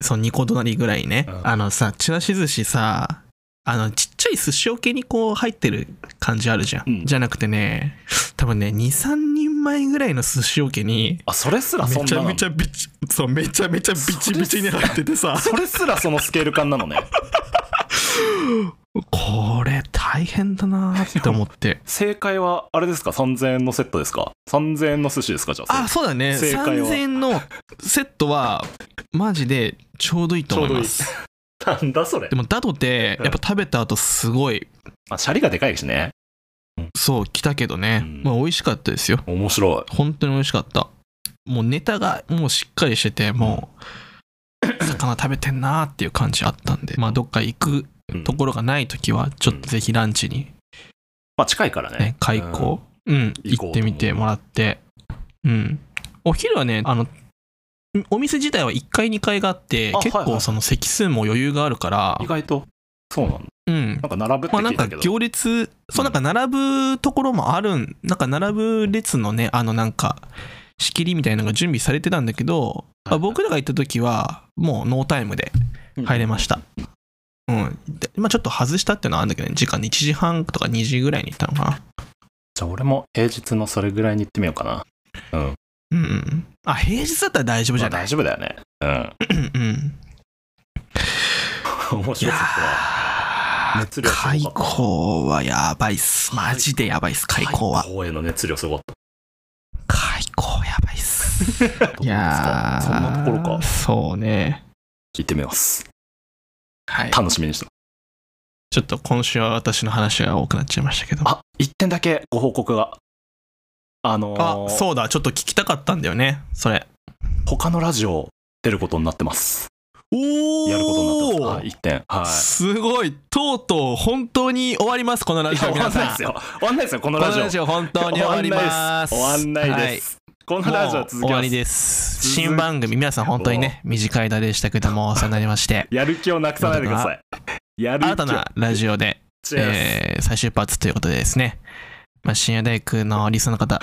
Speaker 2: その2個隣ぐらいね、
Speaker 1: うん
Speaker 2: あのさ、チラシ寿司さ、あの、ちっちゃい寿司桶にこう入ってる感じあるじゃん。
Speaker 1: うん
Speaker 2: じゃなくてね、多分ね、2、3人前ぐらいの寿司桶に、
Speaker 1: あ、それすらそ
Speaker 2: め
Speaker 1: ん
Speaker 2: ち
Speaker 1: な
Speaker 2: ゃ
Speaker 1: なの
Speaker 2: めちゃビチ、そう、めちゃめちゃビチビチに入っててさ。
Speaker 1: それすらそのスケール感なのね。 *laughs*
Speaker 2: これ大変だなって思って。
Speaker 1: 正解は、あれですか ?3000 円のセットですか ?3000 円の寿司ですかじゃあ。
Speaker 2: あ、そうだね。
Speaker 1: 正解は
Speaker 2: 3000円のセットは、マジでちょうどいいと思います。
Speaker 1: なんだそれ
Speaker 2: で。も、だとて、やっぱ食べた後すごい、
Speaker 1: あ、シャリがでかいしね。
Speaker 2: そう、来たけどね。
Speaker 1: うん
Speaker 2: まあ、美味しかったですよ。
Speaker 1: 面白
Speaker 2: 本当に美味しかった。もうネタがもうしっかりしてて、もう、魚食べてんなーっていう感じあったんで、まあ、どっか行く
Speaker 1: い。うん
Speaker 2: ところがないときは、ちょっとぜひランチに
Speaker 1: まあ近いからね
Speaker 2: ね。、開口、うん、
Speaker 1: 行こ
Speaker 2: 行
Speaker 1: うと
Speaker 2: って
Speaker 1: 思う
Speaker 2: みてもらって、うん。お昼はね、あの、お店自体は1階2階があって
Speaker 1: あ、
Speaker 2: 結
Speaker 1: はいはい
Speaker 2: 構その席数も余裕があるから
Speaker 1: うん。意、外と。そうなんだ。
Speaker 2: うん。
Speaker 1: なんか並ぶって
Speaker 2: まあ
Speaker 1: 聞
Speaker 2: なん
Speaker 1: いた
Speaker 2: か
Speaker 1: けど。
Speaker 2: 行列、そうなんか並ぶところもあるん、なんか並ぶ列のね、あのなんか、仕切りみたいなのが準備されてたんだけど、
Speaker 1: はいはい
Speaker 2: あ僕らが行った時は、もうノータイムで入れました。うん。でまあちょっと外したっていうのはあるんだけどね、時間ね1時半とか2時ぐらいに行ったのかな。
Speaker 1: じゃあ俺も平日のそれぐらいに行ってみようかな。うん。
Speaker 2: うんうん。あ、平日だったら大丈夫じ
Speaker 1: まあ
Speaker 2: ゃない
Speaker 1: 大丈夫だよね。
Speaker 2: *laughs* うんうん。
Speaker 1: うん。面白
Speaker 2: い
Speaker 1: そう
Speaker 2: や
Speaker 1: こは。
Speaker 2: ー
Speaker 1: 熱量すごかっ
Speaker 2: 開
Speaker 1: た
Speaker 2: 口はやばいっす。マジでやばいっす。開口は。
Speaker 1: 公演の熱量すごかっ
Speaker 2: 開口やばいっす。
Speaker 1: た。 *laughs* どうですかそんなところか。
Speaker 2: そうね。
Speaker 1: 聞いてみます。
Speaker 2: はい。
Speaker 1: 楽しみにしてます
Speaker 2: ちょっと今週は私の話が多くなっちゃいましたけど。
Speaker 1: あ、一点だけご報告が。あのー
Speaker 2: あそうだ。ちょっと聞きたかったんだよね。それ。
Speaker 1: 他のラジオ出ることになってます。
Speaker 2: お
Speaker 1: やることになってます。はい、一点。はい。
Speaker 2: すごい。とうとう本当に終わります。このラ
Speaker 1: い
Speaker 2: ジ
Speaker 1: や、
Speaker 2: オ
Speaker 1: 終わ
Speaker 2: 皆
Speaker 1: んないで
Speaker 2: さん。
Speaker 1: すよ。終わんないですよ、この
Speaker 2: こ
Speaker 1: ラ
Speaker 2: の
Speaker 1: ジオ
Speaker 2: ラ。ジオ本当に終わります。
Speaker 1: 終わんないです。終わんないです。このラジオ
Speaker 2: も
Speaker 1: は
Speaker 2: う
Speaker 1: 続
Speaker 2: 終
Speaker 1: け
Speaker 2: わ
Speaker 1: ま
Speaker 2: り
Speaker 1: す。
Speaker 2: です
Speaker 1: 続き
Speaker 2: 新番組皆さん本当にね短い間でしたけ
Speaker 1: *laughs*
Speaker 2: どもお世話になりまして
Speaker 1: やる気をなくさないでください。やる気を。
Speaker 2: 新たなラジオで、
Speaker 1: チェアス
Speaker 2: えー最終発ということでですね、まあ、深夜大工のリスナーの方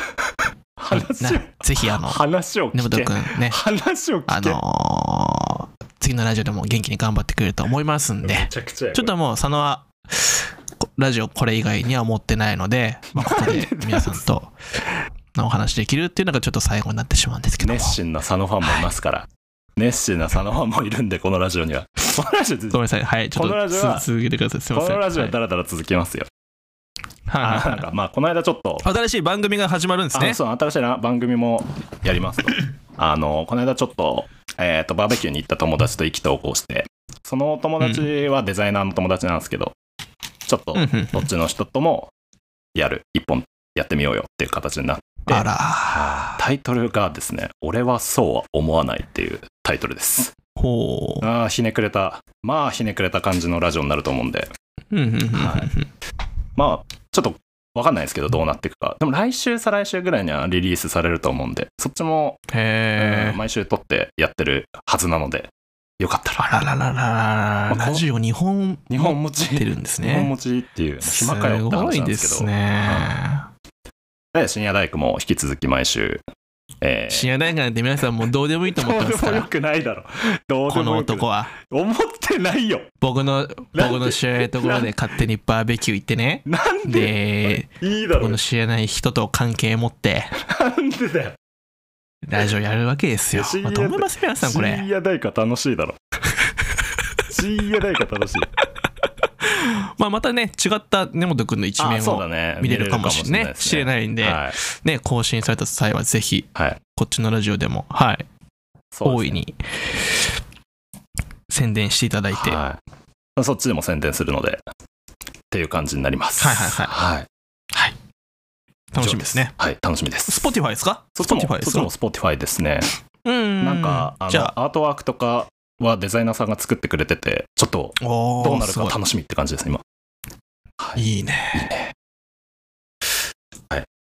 Speaker 1: 話を
Speaker 2: なぜひあの
Speaker 1: 話を
Speaker 2: 根
Speaker 1: 聞
Speaker 2: 本
Speaker 1: け。
Speaker 2: くんね
Speaker 1: 話を
Speaker 2: あ
Speaker 1: 聞け。
Speaker 2: の次のラジオでも元気に頑張ってくれると思いますんで
Speaker 1: め、ちゃくちゃやばい
Speaker 2: ちょっともう佐野は、こラジオこれ以外には持ってないので、まあ、ここで皆さんとのお話できるっていうのがちょっと最後になってしまうんですけども。
Speaker 1: 熱心な佐野ファンもいますから。熱心な佐野ファンもいるんで、このラジオには。このラジオ、
Speaker 2: ごめん
Speaker 1: こ
Speaker 2: なさい。はい。ちょっ
Speaker 1: このラ
Speaker 2: と
Speaker 1: ジオは
Speaker 2: つ続けてください。すいません。
Speaker 1: のラジオ
Speaker 2: は
Speaker 1: はいだらだら続きますよ。
Speaker 2: はい
Speaker 1: あ *laughs*
Speaker 2: は
Speaker 1: ないんか、まあ、この間ちょっと、
Speaker 2: はい新しい番組が始まるんです
Speaker 1: あ
Speaker 2: ね
Speaker 1: の。そう新しいな番組もやります
Speaker 2: *laughs*
Speaker 1: と。あの、この間ちょっと、えっ、と、バーベキューに行った友達と意気投合して、その友達はデザイナーの友達なんですけど、ちょっと
Speaker 2: うん、うん
Speaker 1: どっちの人ともやる、一本やってみようよっていう形になって、
Speaker 2: あら。
Speaker 1: タイトルがですね、俺はそうは思わないっていうタイトルです。
Speaker 2: ほう。
Speaker 1: ああ、ひねくれた。まあ、ひねくれた感じのラジオになると思うんで。
Speaker 2: うんうんうんうん
Speaker 1: はまあ、ちょっとわかんないですけど、どうなっていくか。でも来週、再来週ぐらいにはリリースされると思うんで、そっちも、
Speaker 2: へ
Speaker 1: うん
Speaker 2: ー
Speaker 1: 毎週撮ってやってるはずなので、よかったら。
Speaker 2: あららららら
Speaker 1: まあこ
Speaker 2: ラジオ日本
Speaker 1: 日本持ち。
Speaker 2: 持ってるんです
Speaker 1: 日本
Speaker 2: ね。
Speaker 1: 持ちっていう、暇かよって話なんですけど。
Speaker 2: ごいですね。
Speaker 1: で深夜大工も引き続き毎週、えー
Speaker 2: 深夜大学なんて皆さんもうどうでもいいと思ってますか
Speaker 1: *laughs* どうでもよ
Speaker 2: ら、
Speaker 1: くないだろ。どうで
Speaker 2: この
Speaker 1: もよくない
Speaker 2: 男は。
Speaker 1: 思ってないよ。
Speaker 2: 僕の、
Speaker 1: なんで
Speaker 2: 僕の知らないところで勝手にバーベキュー行ってね。
Speaker 1: なんで
Speaker 2: で、
Speaker 1: いいだろ
Speaker 2: 僕。の知らない人と関係持って、
Speaker 1: なんでだよ。
Speaker 2: ラジオやるわけですよ
Speaker 1: いや。
Speaker 2: まあ、どう思います皆さんこ
Speaker 1: 深
Speaker 2: れ。
Speaker 1: 夜大工は楽しいだろ。深夜大工は楽しい。
Speaker 2: まあ、またね、違った根本くんの一面を
Speaker 1: ね
Speaker 2: 見れるかもしれない。知れ
Speaker 1: い
Speaker 2: ないんで、
Speaker 1: はい。
Speaker 2: ね、更新された際はぜひ、
Speaker 1: はい
Speaker 2: こっちのラジオでも、はい、
Speaker 1: そう
Speaker 2: 大
Speaker 1: で
Speaker 2: い
Speaker 1: すね
Speaker 2: に宣伝していただいて、
Speaker 1: はい。そっちでも宣伝するので、っていう感じになります。
Speaker 2: はいはいはい
Speaker 1: はい。
Speaker 2: 楽しみですね。
Speaker 1: はい、楽しみです。
Speaker 2: Spotify ですか
Speaker 1: そっちも、そ
Speaker 2: Spotify
Speaker 1: っ
Speaker 2: です
Speaker 1: ち
Speaker 2: か
Speaker 1: も Spotify ですね。
Speaker 2: うん。
Speaker 1: なんか、あ
Speaker 2: じゃ
Speaker 1: の、アートワークとかはデザイナーさんが作ってくれてて、ちょっと
Speaker 2: あ、おー
Speaker 1: どうなる
Speaker 2: す
Speaker 1: か
Speaker 2: ごい
Speaker 1: 楽しみって感じですね、今。
Speaker 2: いいね。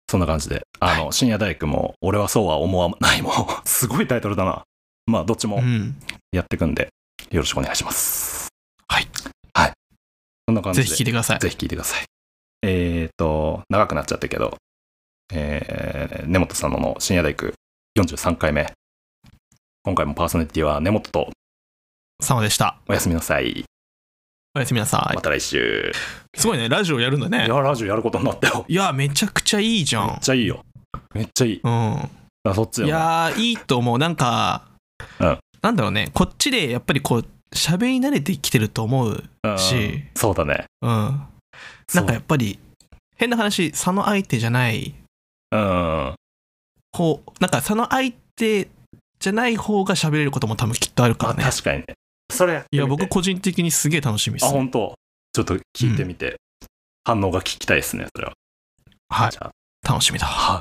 Speaker 1: そんな感じで、あの、深夜大工も、俺はそうは思わないも、 *laughs* すごいタイトルだな。まあ、どっちも
Speaker 2: うん。
Speaker 1: やっていくんで、よろしくお願いします。
Speaker 2: はい。
Speaker 1: はい。そんな感じ
Speaker 2: ぜ
Speaker 1: で、
Speaker 2: ひ聞いてください。
Speaker 1: ぜひ聞いてください。えっ、と、長くなっちゃったけど、えー根本さんの深夜大工43回目。今回もパーソナリティは根本と
Speaker 2: サマでした。
Speaker 1: おやすみなさい。
Speaker 2: おやすみなさ
Speaker 1: また来
Speaker 2: *laughs*
Speaker 1: 週。
Speaker 2: い。すごいね、ラジオやるんだ
Speaker 1: いや、
Speaker 2: ね。
Speaker 1: ラジオやることになったよ。
Speaker 2: いや、めちゃくちゃいいじゃ
Speaker 1: めっ
Speaker 2: ん。
Speaker 1: ちゃいいよ。めっちゃいい。
Speaker 2: うん。
Speaker 1: あそっち
Speaker 2: い
Speaker 1: だよね
Speaker 2: やー、いいと思う。なんか
Speaker 1: うん、
Speaker 2: なんだろうね、こっちでやっぱりこう、喋り慣れてきてると思う。
Speaker 1: うん
Speaker 2: し
Speaker 1: そうだね。
Speaker 2: うん。なんかやっぱり、変な話、佐野相手じゃない
Speaker 1: そううん。
Speaker 2: 方、なんか佐野相手じゃない方が喋れることも多分きっとあるから
Speaker 1: あ、
Speaker 2: ね。
Speaker 1: 確かにね。それやってみ
Speaker 2: い
Speaker 1: て
Speaker 2: や、僕個人的にすげえ楽しみで
Speaker 1: あ、
Speaker 2: す。
Speaker 1: 本当。ちょっと聞いてみて、反応が聞きたいですね、それは。
Speaker 2: はい
Speaker 1: じゃあ。
Speaker 2: 楽しみだ。
Speaker 1: はい